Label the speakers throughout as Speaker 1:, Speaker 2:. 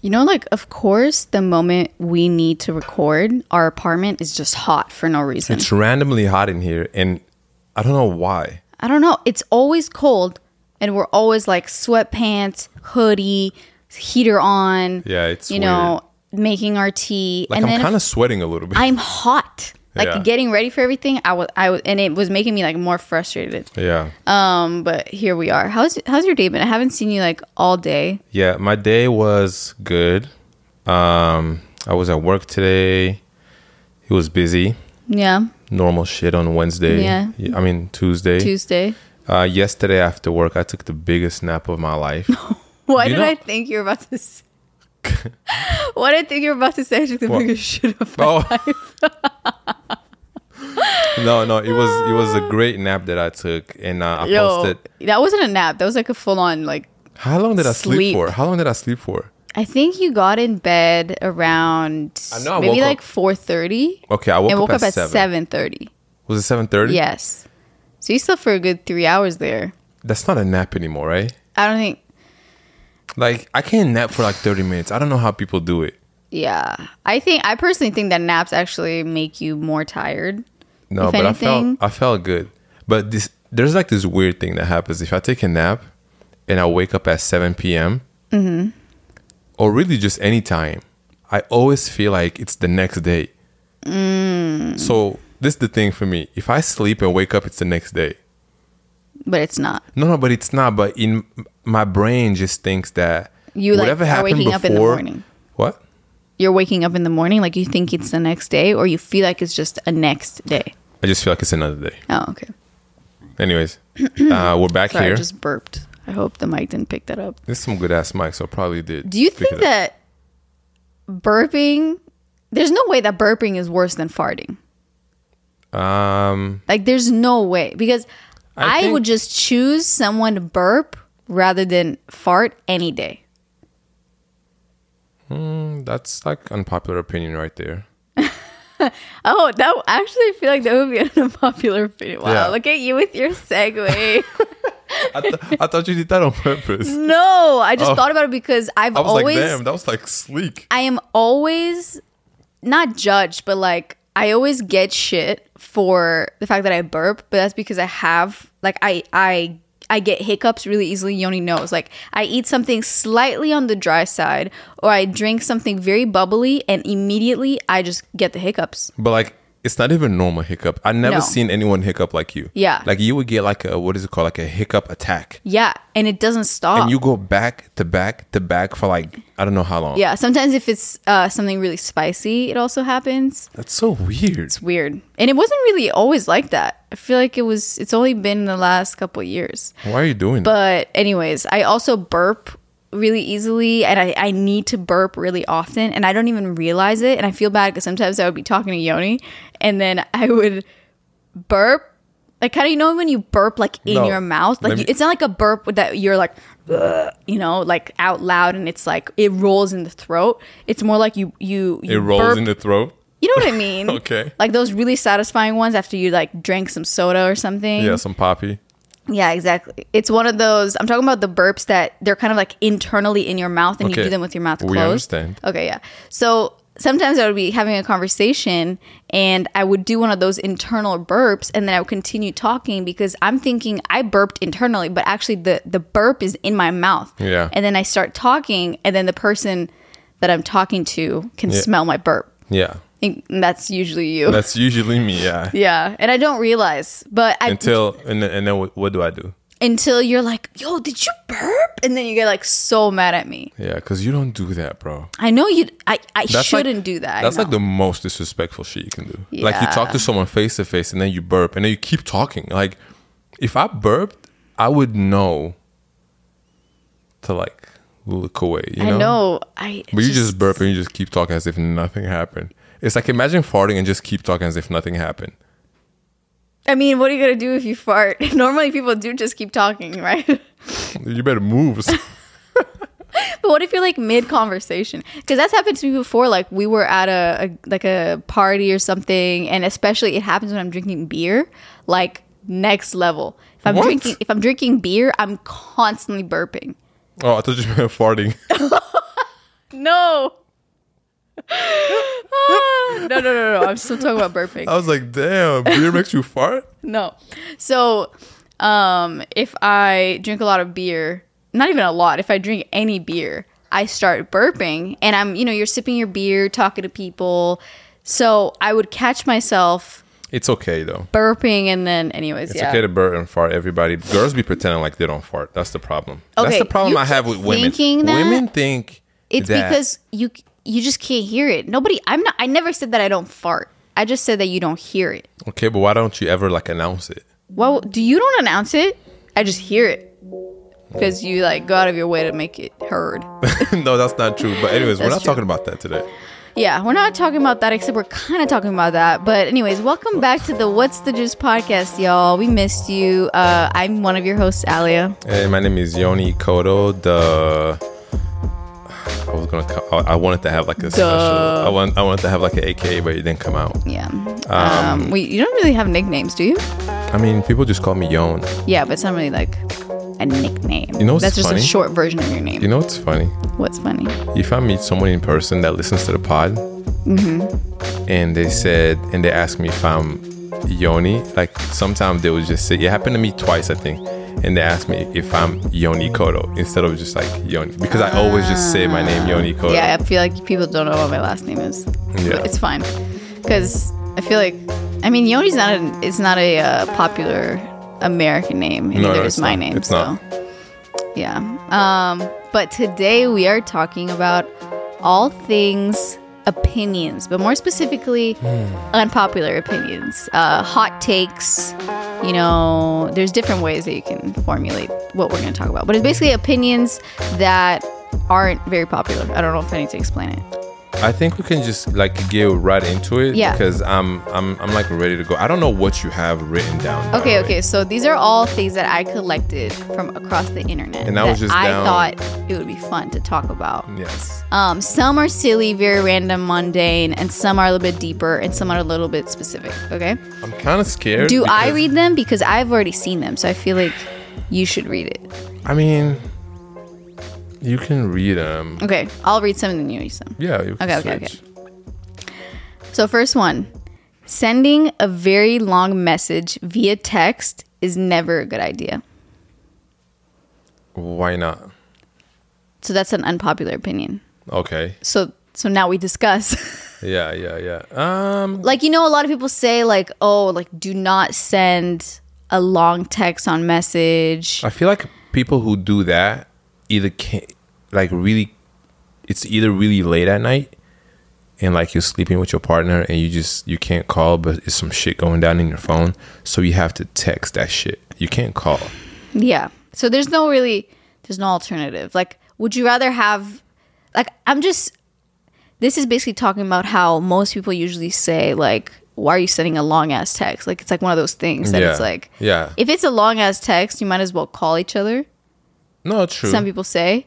Speaker 1: You know, like, of course, the moment we need to record, our apartment is just hot for no reason.
Speaker 2: It's randomly hot in here, and I don't know why.
Speaker 1: I don't know. It's always cold, and we're always like sweatpants, hoodie, heater on.
Speaker 2: Yeah, it's
Speaker 1: you know, making our tea,
Speaker 2: Like
Speaker 1: and
Speaker 2: I'm
Speaker 1: then
Speaker 2: kind
Speaker 1: if-
Speaker 2: of sweating a little bit.
Speaker 1: I'm hot. Like
Speaker 2: Yeah.
Speaker 1: getting ready for everything, I was, I was, and it was making me like more frustrated.
Speaker 2: yeah,
Speaker 1: Um, but here we are. How's how's your day been? I haven't seen you like all day.
Speaker 2: yeah. My day was good. Um, I was at work today. It was busy.
Speaker 1: Yeah,
Speaker 2: Normal shit on Wednesday.
Speaker 1: Yeah.
Speaker 2: I mean Tuesday.
Speaker 1: Tuesday.
Speaker 2: Uh, yesterday after work, I took the biggest nap of my life.
Speaker 1: Why
Speaker 2: You
Speaker 1: did
Speaker 2: know-
Speaker 1: I think you were about to? Say- Why did I think you were about to say I took the
Speaker 2: What?
Speaker 1: biggest shit off?
Speaker 2: oh. no, no. It was it was a great nap that I took, and uh, I
Speaker 1: Yo,
Speaker 2: posted.
Speaker 1: that wasn't a nap. That was like a full on like.
Speaker 2: How long did I
Speaker 1: Sleep.
Speaker 2: sleep for? How long did I sleep for?
Speaker 1: I think you got in bed around
Speaker 2: I know I
Speaker 1: maybe
Speaker 2: woke up-
Speaker 1: like four thirty.
Speaker 2: Okay, I woke,
Speaker 1: and woke
Speaker 2: up, at seven.
Speaker 1: seven thirty.
Speaker 2: Was it seven thirty?
Speaker 1: Yes, so you slept for a good three hours there.
Speaker 2: That's not a nap anymore, right?
Speaker 1: I don't think.
Speaker 2: Like I can't nap for like thirty minutes. I don't know how people do it.
Speaker 1: Yeah, I think I personally think that naps actually make you more tired.
Speaker 2: No,
Speaker 1: If
Speaker 2: but
Speaker 1: anything-
Speaker 2: I felt I felt good. But this there's like this weird thing that happens if I take a nap and I wake up at seven p.m.
Speaker 1: Mm-hmm.
Speaker 2: or really just any time. I always feel like it's the next day.
Speaker 1: Mm.
Speaker 2: So this is the thing for me. If I sleep and wake up, it's the next day.
Speaker 1: But it's not.
Speaker 2: No, no, but it's not. But in my brain, just thinks that
Speaker 1: You, like, are waking up in the morning.
Speaker 2: What?
Speaker 1: You're waking up in the morning like you think it's the next day, or you feel like it's just a next day.
Speaker 2: I just feel like it's another day.
Speaker 1: Oh, okay.
Speaker 2: Anyways, uh, we're back
Speaker 1: Sorry,
Speaker 2: here.
Speaker 1: I just burped. I hope the mic didn't pick that up.
Speaker 2: This is some good ass mic, so I probably did.
Speaker 1: Do you
Speaker 2: pick
Speaker 1: think
Speaker 2: it up.
Speaker 1: that burping? There's no way that burping is worse than farting.
Speaker 2: Um,
Speaker 1: Like, there's no way because
Speaker 2: I
Speaker 1: I,
Speaker 2: think-
Speaker 1: would just choose someone to burp rather than fart any day.
Speaker 2: that's like unpopular opinion right there.
Speaker 1: Oh, that actually I feel like that would be an unpopular opinion. Wow,
Speaker 2: Yeah.
Speaker 1: look at you with your segue.
Speaker 2: I, th- I thought you did that on purpose.
Speaker 1: no, I just
Speaker 2: Oh.
Speaker 1: thought about it because I've
Speaker 2: I was
Speaker 1: Mm, always
Speaker 2: like, damn, that was like sleek.
Speaker 1: I am always not judged, but like I always get shit for the fact that I burp, but that's because I have like I I I get hiccups really easily. Yoni knows. Like I eat something slightly on the dry side, or I drink something very bubbly, and immediately I just get the hiccups.
Speaker 2: But like, it's not even normal hiccup. I never
Speaker 1: No.
Speaker 2: seen anyone hiccup like you.
Speaker 1: Yeah.
Speaker 2: Like you would get like a what is it called? Like a hiccup attack,
Speaker 1: Yeah, and it doesn't stop.
Speaker 2: and you go back to back to back for like I don't know how long.
Speaker 1: yeah, sometimes if it's uh, something really spicy, it also happens.
Speaker 2: That's so weird.
Speaker 1: It's weird, and it wasn't really always like that. I feel like it was. It's only been the last couple of years.
Speaker 2: Why are you doing that?
Speaker 1: But anyways, I also burp really easily and I, I need to burp really often and I don't even realize it and I feel bad because sometimes I would be talking to Yoni and then I would burp like kind of you know when you burp like in
Speaker 2: No.
Speaker 1: your mouth like
Speaker 2: Let me-
Speaker 1: it's not like a burp that you're like "Ugh," you know like out loud and it's like it rolls in the throat it's more like you you, you
Speaker 2: It rolls
Speaker 1: burp-
Speaker 2: in the throat.
Speaker 1: you know what I mean
Speaker 2: Okay.
Speaker 1: like those really satisfying ones after you like drank some soda or something
Speaker 2: Yeah, some poppy.
Speaker 1: yeah, exactly. It's one of those. I'm talking about the burps that they're kind of like internally in your mouth, and you
Speaker 2: Okay.
Speaker 1: do them with your mouth
Speaker 2: We
Speaker 1: closed.
Speaker 2: understand.
Speaker 1: Okay, yeah. So sometimes I would be having a conversation, and I would do one of those internal burps, and then I would continue talking because I'm thinking I burped internally, but actually the the burp is in my mouth.
Speaker 2: Yeah.
Speaker 1: And then I start talking, and then the person that I'm talking to can
Speaker 2: Yeah.
Speaker 1: smell my burp.
Speaker 2: Yeah,
Speaker 1: And that's usually you.
Speaker 2: that's usually me. Yeah.
Speaker 1: yeah, and I don't realize, but I
Speaker 2: Until and then, and then what, what do I do?
Speaker 1: until you're like, yo, did you burp? And then you get like so mad at me.
Speaker 2: Yeah, because you don't do that, bro.
Speaker 1: I know you. I I
Speaker 2: That's like-
Speaker 1: shouldn't do that. I
Speaker 2: That's like
Speaker 1: know.
Speaker 2: the most disrespectful shit you can do. Like you talk
Speaker 1: Yeah.
Speaker 2: to someone face to face and then you burp and then you keep talking. Like if I burped, I would know to like look away. You know?
Speaker 1: I know. I.
Speaker 2: But you just burp and you just keep talking as if nothing happened. It's like imagine farting and just keep talking as if nothing happened.
Speaker 1: I mean, what are you gonna do if you fart? Normally, people do just keep talking, right? but
Speaker 2: You better move.
Speaker 1: what if you're like mid conversation? Because that's happened to me before. Like we were at a, a like a party or something, and especially it happens when I'm drinking beer. Like next level. If I'm
Speaker 2: What?
Speaker 1: drinking, if I'm drinking beer, I'm constantly burping.
Speaker 2: oh, I thought you meant farting.
Speaker 1: no. Ah, no, no, no, no. I'm still talking about burping.
Speaker 2: I was like, damn, beer makes you fart?
Speaker 1: No. So, um, if I drink a lot of beer, not even a lot, if I drink any beer, I start burping and I'm, you know, you're sipping your beer, talking to people. So I would catch myself
Speaker 2: It's okay though.
Speaker 1: burping and then, anyways,
Speaker 2: It's
Speaker 1: yeah.
Speaker 2: okay to burp and fart. Everybody, girls be pretending like they don't fart. That's the problem. That's
Speaker 1: Okay,
Speaker 2: the problem
Speaker 1: you
Speaker 2: I have
Speaker 1: keep
Speaker 2: with women.
Speaker 1: thinking that?
Speaker 2: Women think
Speaker 1: It's
Speaker 2: that-
Speaker 1: because you you just can't hear it. Nobody, I'm not. I never said that I don't fart. I just said that you don't hear it.
Speaker 2: okay, but why don't you ever like announce it?
Speaker 1: Well, do you don't announce it? I just hear it because you like go out of your way to make it heard.
Speaker 2: no, that's not true. But anyways, we're
Speaker 1: That's
Speaker 2: not
Speaker 1: true.
Speaker 2: talking about that today.
Speaker 1: Yeah, we're not talking about that, except we're kind of talking about that. But, anyways, welcome back to the What's the Juice podcast, y'all. We missed you. Uh, I'm one of your hosts, Alia.
Speaker 2: Hey, my name is Yoni Kodo. The I was gonna. Call, I I wanted to have like a special. I want. I wanted to have like an AKA, but it didn't come out.
Speaker 1: Yeah. Um, we, you don't really have nicknames, do you?
Speaker 2: I mean, people just call me Yon.
Speaker 1: Yeah, but it's not really like a nickname.
Speaker 2: You know what's
Speaker 1: That's just
Speaker 2: funny?
Speaker 1: a short version of your name.
Speaker 2: You know what's funny?
Speaker 1: What's funny?
Speaker 2: If I meet someone in person that listens to the pod,
Speaker 1: Mm-hmm.
Speaker 2: and they said, and they ask me if I'm Yoni, like sometimes they would just say, it happened to me twice, I think. And they asked me if I'm Yoni Kodo instead of just like Yoni, because I always just say my name Yoni Kodo.
Speaker 1: Ah. Yeah, I feel like people don't know what my last name is.
Speaker 2: Yeah.
Speaker 1: But it's fine because I feel like I mean Yoni's not an it's not a uh, popular American name. and
Speaker 2: No,
Speaker 1: Neither
Speaker 2: no,
Speaker 1: is
Speaker 2: it's
Speaker 1: my
Speaker 2: not.
Speaker 1: name.
Speaker 2: It's
Speaker 1: so
Speaker 2: not.
Speaker 1: yeah. Um, but today we are talking about all things opinions, but more specifically
Speaker 2: Hmm.
Speaker 1: unpopular opinions, uh, hot takes. You know, there's different ways that you can formulate what we're going to talk about, but it's basically opinions that aren't very popular. I don't know if I need to explain it.
Speaker 2: I think we can just like get right into it.
Speaker 1: Yeah.
Speaker 2: Because I'm I'm I'm like ready to go. I don't know what you have written down. by
Speaker 1: Okay,
Speaker 2: the way.
Speaker 1: okay. So these are all things that I collected from across the internet
Speaker 2: And that was just
Speaker 1: I
Speaker 2: down-
Speaker 1: thought it would be fun to talk about.
Speaker 2: Yes.
Speaker 1: Um, some are silly, very random, mundane, and some are a little bit deeper, and some are a little bit specific. Okay.
Speaker 2: I'm kind of scared.
Speaker 1: Do I
Speaker 2: because-
Speaker 1: read them because I've already seen them, so I feel like you should read it.
Speaker 2: I mean, you can read them.
Speaker 1: Okay, I'll read some and then you read some.
Speaker 2: Yeah. You can
Speaker 1: Okay, okay,
Speaker 2: switch.
Speaker 1: So first one, sending a very long message via text is never a good idea.
Speaker 2: Why not?
Speaker 1: So that's an unpopular opinion.
Speaker 2: Okay.
Speaker 1: So so now we discuss.
Speaker 2: Yeah. Yeah. Yeah. Um.
Speaker 1: like you know a lot of people say like oh like do not send a long text on message
Speaker 2: I feel like people who do that either can like really, it's either really late at night, and like you're sleeping with your partner and you just you can't call, but it's some shit going down in your phone, so you have to text that shit. You can't call.
Speaker 1: yeah so there's no really there's no alternative like would you rather have like i'm just this is basically talking about how most people usually say like why are you sending a long ass text like it's like one of those things that
Speaker 2: yeah.
Speaker 1: it's like
Speaker 2: yeah.
Speaker 1: if it's a long ass text you might as well call each other
Speaker 2: no, true.
Speaker 1: some people say.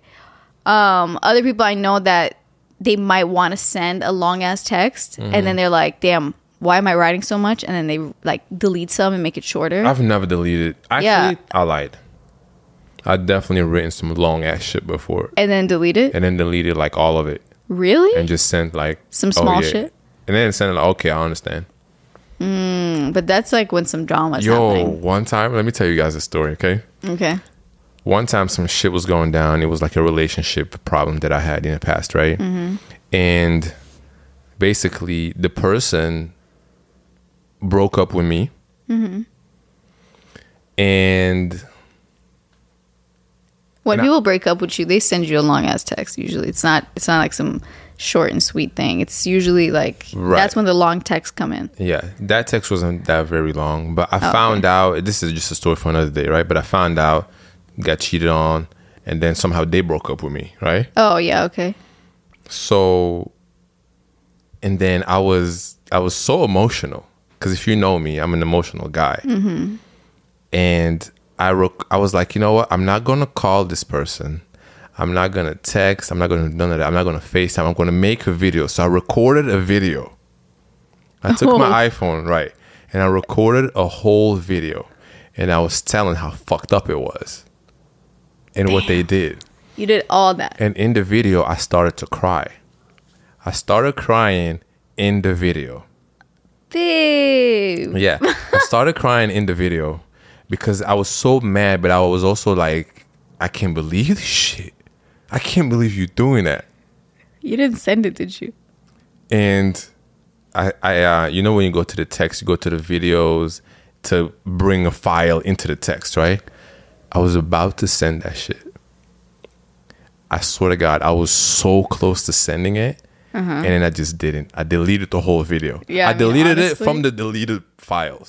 Speaker 1: Um, other people I know that they might want to send a long ass text and
Speaker 2: Mm-hmm.
Speaker 1: then they're like, damn, why am I writing so much? And then they like delete some and make it shorter.
Speaker 2: I've never deleted. Actually,
Speaker 1: Yeah.
Speaker 2: I lied. I definitely written some long ass shit before,
Speaker 1: and then delete it.
Speaker 2: and then deleted like all of it,
Speaker 1: Really?
Speaker 2: and just sent like oh,
Speaker 1: Some small shit?
Speaker 2: and then sent like okay, I understand.
Speaker 1: But that's like when some drama is
Speaker 2: Yo,
Speaker 1: happening.
Speaker 2: one time, let me tell you guys a story, okay?
Speaker 1: Okay.
Speaker 2: One time, some shit was going down. It was like a relationship problem that I had in the past, right?
Speaker 1: Mm-hmm.
Speaker 2: And basically, the person broke up with me,
Speaker 1: Mm-hmm.
Speaker 2: and
Speaker 1: When
Speaker 2: And I-
Speaker 1: people break up with you, they send you a long ass text. Usually, it's not it's not like some short and sweet thing. It's usually like
Speaker 2: Right.
Speaker 1: that's when the long texts come in.
Speaker 2: Yeah, that text wasn't that very long, but I
Speaker 1: Oh,
Speaker 2: found out this is just a story for another day, right? But I found out, got cheated on, and then somehow they broke up with me, right?
Speaker 1: Oh yeah, okay.
Speaker 2: So, and then I was I was so emotional because if you know me, I'm an emotional guy, and I wrote I was like, you know what? I'm not gonna call this person. I'm not gonna text. I'm not gonna do none of that. I'm not gonna Facetime. I'm gonna make a video. So I recorded a video. I took my iPhone right, and I recorded a whole video, and I was telling how fucked up it was, and what they did.
Speaker 1: You did all that.
Speaker 2: And in the video, I started to cry. I started crying in the video.
Speaker 1: Babe.
Speaker 2: Yeah. I started crying in the video because I was so mad, but I was also like, I can't believe this shit. I can't believe you doing that.
Speaker 1: You didn't send it, did you?
Speaker 2: And I, I uh, you know, when you go to the text, you go to the videos to bring a file into the text, right? I was about to send that shit. I swear to God, I was so close to sending it. And then I just didn't. I deleted the whole video.
Speaker 1: Uh-huh. Yeah,
Speaker 2: I
Speaker 1: I mean,
Speaker 2: deleted it
Speaker 1: honestly-
Speaker 2: from the deleted files.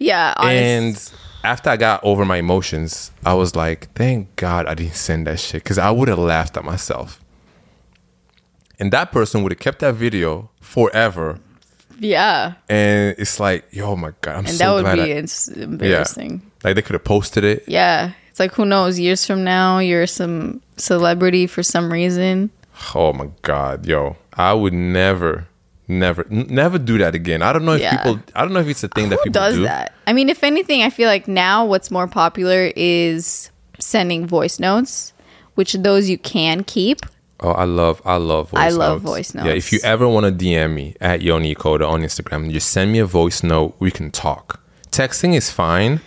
Speaker 1: Yeah, honest.
Speaker 2: And after I got over my emotions, I was like, thank God I didn't send that shit because I would have laughed at myself. And that person would have kept that video forever.
Speaker 1: yeah.
Speaker 2: And it's like, yo, my God, I'm
Speaker 1: And
Speaker 2: so
Speaker 1: that
Speaker 2: glad.
Speaker 1: would be
Speaker 2: I,
Speaker 1: ins embarrassing.
Speaker 2: Like they could have posted it.
Speaker 1: Yeah. It's like who knows, years from now you're some celebrity for some reason.
Speaker 2: Oh my God, yo, I would never, never, n- never do that again. I don't know if
Speaker 1: Yeah.
Speaker 2: people, I don't know if it's a thing that
Speaker 1: Who
Speaker 2: people
Speaker 1: does
Speaker 2: do.
Speaker 1: that? I mean, if anything, I feel like now what's more popular is sending voice notes, which those you can keep.
Speaker 2: Oh, I love, I love voice
Speaker 1: I
Speaker 2: notes.
Speaker 1: love voice
Speaker 2: Yeah,
Speaker 1: notes.
Speaker 2: if you ever want to DM me at Yoni Koda on Instagram, just send me a voice note. We can talk. Texting is fine,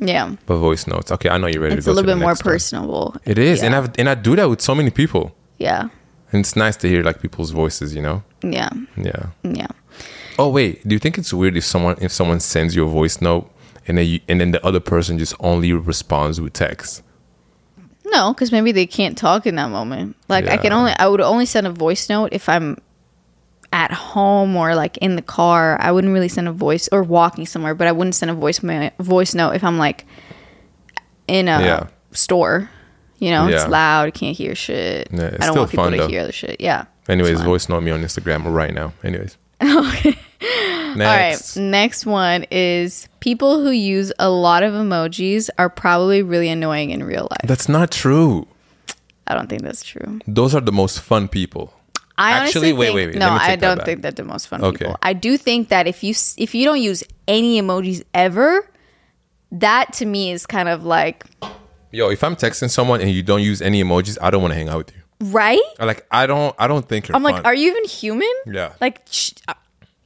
Speaker 1: Yeah.
Speaker 2: but voice notes. Okay, I know you're ready
Speaker 1: It's
Speaker 2: to
Speaker 1: a
Speaker 2: go
Speaker 1: little
Speaker 2: to
Speaker 1: bit
Speaker 2: the
Speaker 1: more
Speaker 2: next one.
Speaker 1: personable.
Speaker 2: It is, and
Speaker 1: Yeah.
Speaker 2: I and I do that with so many people,
Speaker 1: Yeah.
Speaker 2: and it's nice to hear like people's voices. You know,
Speaker 1: Yeah.
Speaker 2: yeah.
Speaker 1: Yeah.
Speaker 2: Oh wait, do you think it's weird if someone if someone sends you a voice note and then you, and then the other person just only responds with text?
Speaker 1: No, because maybe they can't talk in that moment. Like I can
Speaker 2: Yeah.
Speaker 1: only I would only send a voice note if I'm at home or like in the car. I wouldn't really send a voice or walking somewhere, but I wouldn't send a voice ma- voice note if I'm like in a
Speaker 2: Yeah.
Speaker 1: store. You know, it's
Speaker 2: Yeah.
Speaker 1: loud. I can't hear shit.
Speaker 2: Yeah, it's
Speaker 1: I don't
Speaker 2: still
Speaker 1: want people
Speaker 2: fun,
Speaker 1: to
Speaker 2: though.
Speaker 1: hear the shit. Yeah. it's
Speaker 2: Anyways,
Speaker 1: fun.
Speaker 2: voice note me on Instagram right now. Anyways. Okay.
Speaker 1: All
Speaker 2: Next.
Speaker 1: right. Next one is people who use a lot of emojis are probably really annoying in real life.
Speaker 2: That's not true.
Speaker 1: I don't think that's true.
Speaker 2: Those are the most fun people.
Speaker 1: I
Speaker 2: Actually,
Speaker 1: honestly
Speaker 2: wait,
Speaker 1: think,
Speaker 2: wait, wait.
Speaker 1: No,
Speaker 2: Let me take
Speaker 1: I
Speaker 2: that
Speaker 1: don't
Speaker 2: back.
Speaker 1: think that the most fun
Speaker 2: Okay.
Speaker 1: people. I do think that if you s- if you don't use any emojis ever, that to me is kind of like
Speaker 2: Yo, if I'm texting someone and you don't use any emojis, I don't want to hang out with you.
Speaker 1: right.
Speaker 2: Like I don't I don't think you're
Speaker 1: I'm like,
Speaker 2: fun.
Speaker 1: are you even human?
Speaker 2: Yeah.
Speaker 1: Like, sh-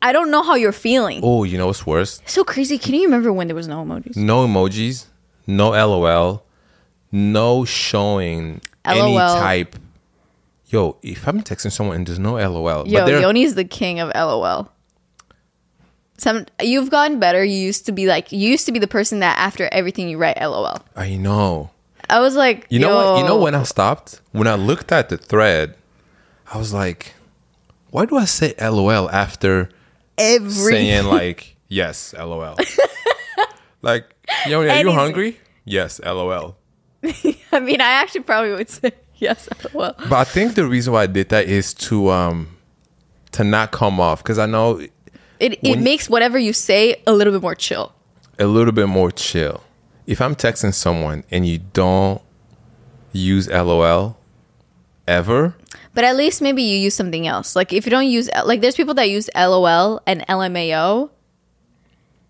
Speaker 1: I don't know how you're feeling.
Speaker 2: Oh, you know what's worse?
Speaker 1: So crazy. Can you remember when there was no emojis?
Speaker 2: No emojis, no LOL, no showing any
Speaker 1: LOL.
Speaker 2: type. Yo, if I'm texting someone and there's no LOL,
Speaker 1: Yo,
Speaker 2: but they're
Speaker 1: Yoni's the king of LOL. Some you've gotten better. You used to be like you used to be the person that after everything you write LOL.
Speaker 2: I know.
Speaker 1: I was like,
Speaker 2: You know what? You know
Speaker 1: yo.
Speaker 2: when I stopped? When I looked at the thread, I was like, why do I say LOL after
Speaker 1: every
Speaker 2: saying like yes, LOL? like, yo, are you
Speaker 1: Anything.
Speaker 2: hungry? Yes, LOL.
Speaker 1: I mean, I actually probably would say yes. Well,
Speaker 2: But I think the reason why I did that is to um to not come off because I know
Speaker 1: it it
Speaker 2: When-
Speaker 1: makes whatever you say a little bit more chill.
Speaker 2: a little bit more chill. If I'm texting someone and you don't use LOL ever,
Speaker 1: But at least maybe you use something else. Like if you don't use like, there's people that use LOL and LMAO.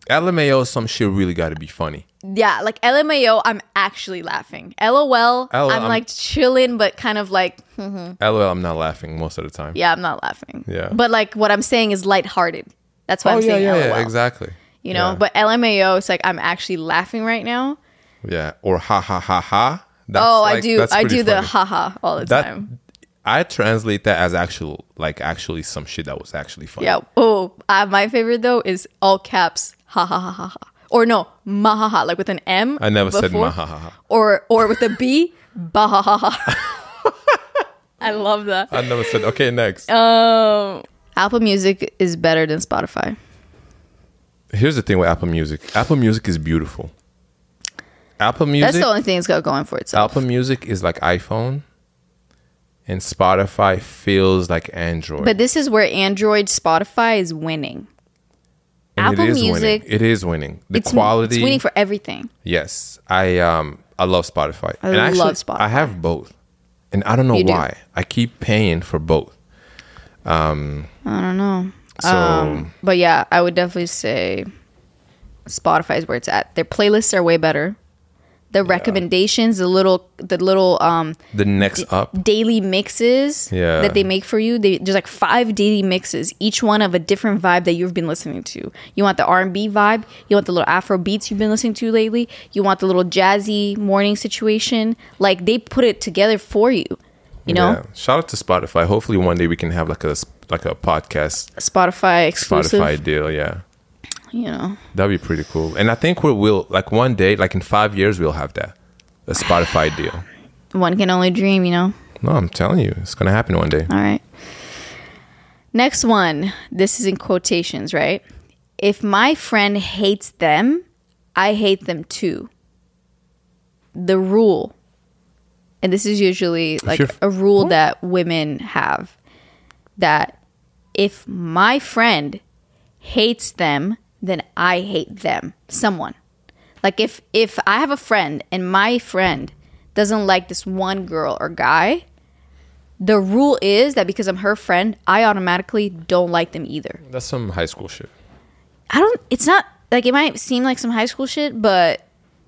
Speaker 2: LMAO, some shit really got to be funny.
Speaker 1: Yeah, like LMAO, I'm actually laughing. LOL,
Speaker 2: LOL,
Speaker 1: I'm
Speaker 2: I'm-
Speaker 1: like chilling, but kind of like, hmm,
Speaker 2: LOL, I'm not laughing most of the time.
Speaker 1: Mm. yeah, I'm not laughing.
Speaker 2: Yeah.
Speaker 1: But like what I'm saying is lighthearted. That's why
Speaker 2: Oh
Speaker 1: I'm
Speaker 2: yeah,
Speaker 1: saying
Speaker 2: yeah,
Speaker 1: LOL.
Speaker 2: yeah, exactly.
Speaker 1: You know,
Speaker 2: Yeah.
Speaker 1: but LMAO, it's like I'm actually laughing right now.
Speaker 2: yeah, or ha ha ha ha. That's
Speaker 1: Oh, I
Speaker 2: like-
Speaker 1: do,
Speaker 2: that's
Speaker 1: I
Speaker 2: pretty
Speaker 1: do the
Speaker 2: funny.
Speaker 1: haha all the
Speaker 2: that.
Speaker 1: time.
Speaker 2: I translate that as actual, like actually some shit that was actually funny.
Speaker 1: Yeah. Oh, uh, my favorite though is all caps. Ha ha ha ha ha. Or no, ma ha ha, like with an M.
Speaker 2: I never said
Speaker 1: before.
Speaker 2: ma ha ha ha.
Speaker 1: Or or with a B, ba ha ha ha. I love that.
Speaker 2: I never said. Okay, next.
Speaker 1: Um, Apple Music is better than Spotify.
Speaker 2: Here's the thing with Apple Music. Apple Music is beautiful. Apple Music.
Speaker 1: That's the only thing it's got going for itself.
Speaker 2: Apple Music is like iPhone, and Spotify feels like Android.
Speaker 1: But this is where Android Spotify is winning.
Speaker 2: And
Speaker 1: Apple
Speaker 2: it is
Speaker 1: Music-
Speaker 2: Winning. It is winning. The
Speaker 1: It's
Speaker 2: quality.
Speaker 1: It's winning for everything.
Speaker 2: Yes, I um I love Spotify.
Speaker 1: I
Speaker 2: and actually,
Speaker 1: love Spotify.
Speaker 2: I have both, and I don't know
Speaker 1: You do.
Speaker 2: why. I keep paying for both.
Speaker 1: I don't know.
Speaker 2: So
Speaker 1: Um, but yeah, I would definitely say Spotify is where it's at. Their playlists are way better. the recommendations, the little the little um
Speaker 2: The next up.
Speaker 1: daily mixes
Speaker 2: Yeah.
Speaker 1: that they make for you. They, there's like five daily mixes, each one of a different vibe that you've been listening to. You want the R&B vibe, you want the little Afro beats you've been listening to lately, you want the little jazzy morning situation. Like they put it together for you. You know,
Speaker 2: Yeah. Shout out to Spotify. Hopefully one day we can have like a like a podcast
Speaker 1: Spotify exclusive.
Speaker 2: Spotify deal. Yeah.
Speaker 1: You know,
Speaker 2: That'd be pretty cool. And I think we will like one day, like in five years we'll have that. A Spotify deal.
Speaker 1: one can only dream. You know.
Speaker 2: No, I'm telling you, it's gonna happen one day.
Speaker 1: All right. Next one. This is in quotations, right? If my friend hates them, I hate them too. The rule. And this is usually like
Speaker 2: your-
Speaker 1: a rule that women have that if my friend hates them, then I hate them. Someone. Like if if I have a friend and my friend doesn't like this one girl or guy, the rule is that because I'm her friend, I automatically don't like them either.
Speaker 2: That's some high school shit.
Speaker 1: I don't it's not like it might seem like some high school shit, but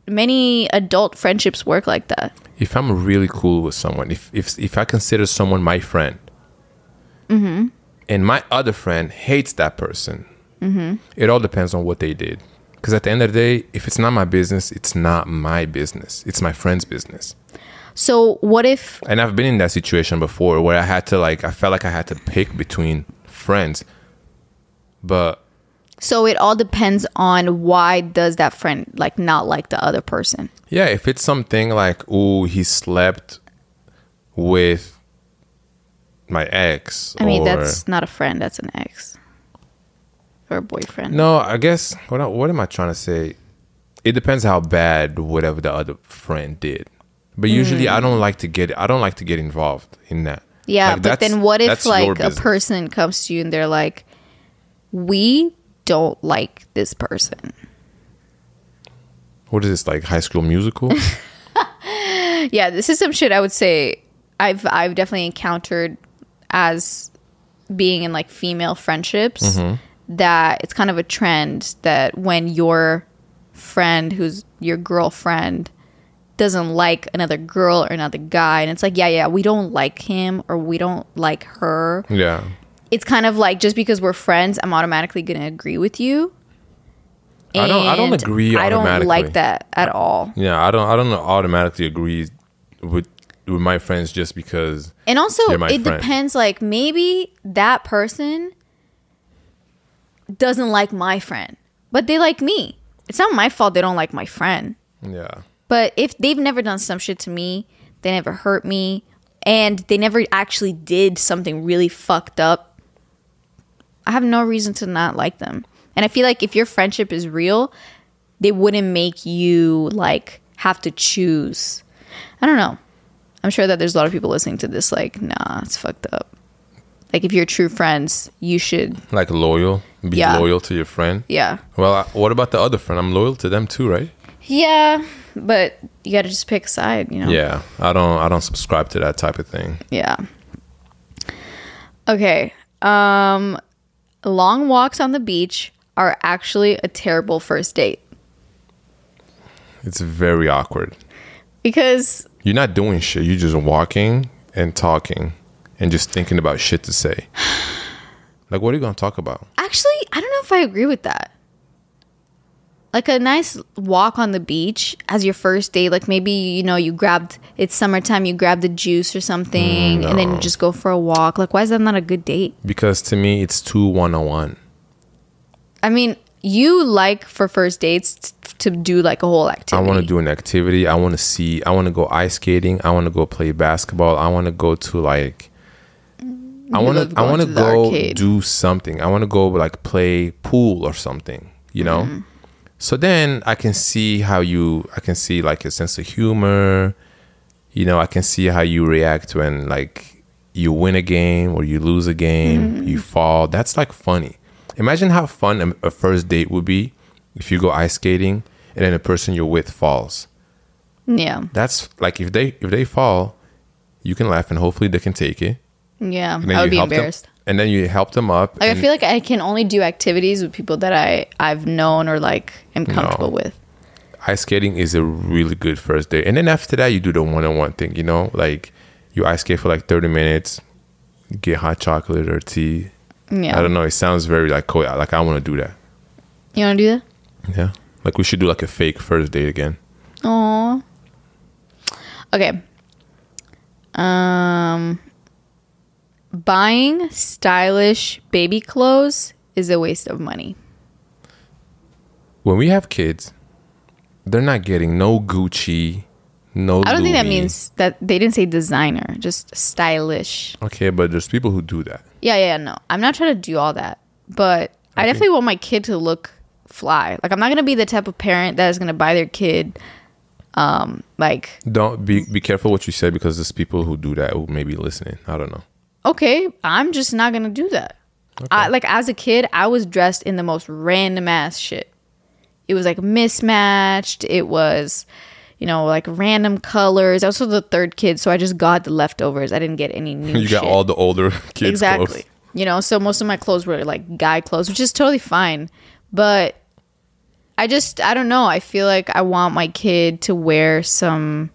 Speaker 1: many adult friendships work like that.
Speaker 2: If I'm really cool with someone, if if if I consider someone my friend,
Speaker 1: Mm-hmm.
Speaker 2: and my other friend hates that person,
Speaker 1: Mm-hmm.
Speaker 2: it all depends on what they did. Because at the end of the day, if it's not my business, it's not my business. It's my friend's business.
Speaker 1: So what if
Speaker 2: and I've been in that situation before where I had to like I felt like I had to pick between friends, but
Speaker 1: so it all depends on why does that friend like not like the other person?
Speaker 2: yeah, if it's something like oh he slept with my ex,
Speaker 1: I mean
Speaker 2: or-
Speaker 1: that's not a friend, that's an ex. Or a boyfriend.
Speaker 2: no. I guess what I- what am I trying to say? It depends how bad whatever the other friend did, but usually I don't like to get I don't like to get involved in that.
Speaker 1: Mm. Yeah,
Speaker 2: Like,
Speaker 1: but
Speaker 2: that's-
Speaker 1: then what
Speaker 2: that's
Speaker 1: if
Speaker 2: your
Speaker 1: like a
Speaker 2: business.
Speaker 1: person comes to you and they're like, "We don't like this person."
Speaker 2: what is this like High School Musical?
Speaker 1: Yeah, this is some shit I would say I've I've definitely encountered as being in like female friendships
Speaker 2: Mm-hmm.
Speaker 1: that it's kind of a trend that when your friend who's your girlfriend doesn't like another girl or another guy and it's like, "Yeah, yeah, we don't like him or we don't like her."
Speaker 2: yeah,
Speaker 1: it's kind of like just because we're friends, I'm automatically going to agree with you.
Speaker 2: I don't- I don't
Speaker 1: And
Speaker 2: agree
Speaker 1: I don't
Speaker 2: automatically.
Speaker 1: like that at all.
Speaker 2: Yeah, I don't. I don't automatically agree with with my friends just because.
Speaker 1: And also,
Speaker 2: You're my
Speaker 1: it
Speaker 2: friend.
Speaker 1: depends. Like maybe that person doesn't like my friend, but they like me. It's not my fault they don't like my friend.
Speaker 2: Yeah,
Speaker 1: But if they've never done some shit to me, they never hurt me, and they never actually did something really fucked up, I have no reason to not like them. And I feel like if your friendship is real, they wouldn't make you like have to choose. I don't know. I'm sure that there's a lot of people listening to this like, nah, it's fucked up. Like if you're true friends, you should,
Speaker 2: like loyal. Be
Speaker 1: Yeah.
Speaker 2: loyal to your friend.
Speaker 1: yeah.
Speaker 2: Well, I, what about the other friend? I'm loyal to them too, right?
Speaker 1: Yeah, but you got to just pick a side, you know.
Speaker 2: Yeah, I don't. I don't subscribe to that type of thing.
Speaker 1: Yeah. Okay. Um long walks on the beach are actually a terrible first date
Speaker 2: It's very awkward.
Speaker 1: because
Speaker 2: You're not doing shit. You're just walking and talking, and just thinking about shit to say. Like, what are you gonna talk about?
Speaker 1: actually I don't know if I agree with that. Like a nice walk on the beach as your first date, like maybe you know you grabbed it's summertime, you grabbed a juice or something,
Speaker 2: Mm,
Speaker 1: and then you just go for a walk. Like, why is that not a good date?
Speaker 2: Because to me, it's too one on one.
Speaker 1: I mean, you like for first dates t- to do like a whole
Speaker 2: I
Speaker 1: activity.
Speaker 2: want to do an activity. I want to see. I want to go ice skating. I want to go play basketball. I want to go to like. I want
Speaker 1: love
Speaker 2: to. I
Speaker 1: going
Speaker 2: want to
Speaker 1: to the
Speaker 2: go
Speaker 1: arcade.
Speaker 2: do something. I want to go like play pool or something. You know.
Speaker 1: Mm-hmm.
Speaker 2: So then I can see how you. I can see like your sense of humor. You know, I can see how you react when like you win a game or you lose a game,
Speaker 1: Mm-hmm.
Speaker 2: you fall. That's like funny. Imagine how fun a- a first date would be if you go ice skating and then the person you're with falls
Speaker 1: yeah,
Speaker 2: that's like if they if they fall, you can laugh and hopefully they can take it.
Speaker 1: yeah.
Speaker 2: And
Speaker 1: I would
Speaker 2: you
Speaker 1: be
Speaker 2: help them-
Speaker 1: embarrassed.
Speaker 2: and then you help them up.
Speaker 1: Like,
Speaker 2: and
Speaker 1: I feel like I can only do activities with people that I I've known or like am comfortable with.
Speaker 2: ice skating is a really good first day. And then after that, you do the one on one thing, you know? Like, you ice skate for like 30 minutes, get hot chocolate or tea.
Speaker 1: Yeah.
Speaker 2: I don't know. It sounds very like cool. Like, I want to do that.
Speaker 1: You want to do that?
Speaker 2: Yeah. Like, we should do like a fake first date again.
Speaker 1: Aw. Okay. Um, buying stylish baby clothes is a waste of money.
Speaker 2: When we have kids, they're not getting no Gucci, no.
Speaker 1: I don't think that
Speaker 2: Louis.
Speaker 1: means that they didn't say designer, just stylish.
Speaker 2: Okay, but there's people who do that.
Speaker 1: Yeah, yeah, no. I'm not trying to do all that, but I definitely want my kid to look fly. Like I'm not gonna be the type of parent that is gonna buy their kid, um, like
Speaker 2: Don't be be careful what you say because there's people who do that who may be listening. I don't know.
Speaker 1: okay, I'm just not gonna do that. I, like as a kid, I was dressed in the most random ass shit. It was like mismatched. It was, you know, like random colors. I was also the third kid, so I just got the leftovers. I didn't get any new.
Speaker 2: You got
Speaker 1: Oh, shit.
Speaker 2: all the older kids.
Speaker 1: exactly.
Speaker 2: Clothes.
Speaker 1: You know, so most of my clothes were like guy clothes, which is totally fine. But I just, I don't know. I feel like I want my kid to wear some,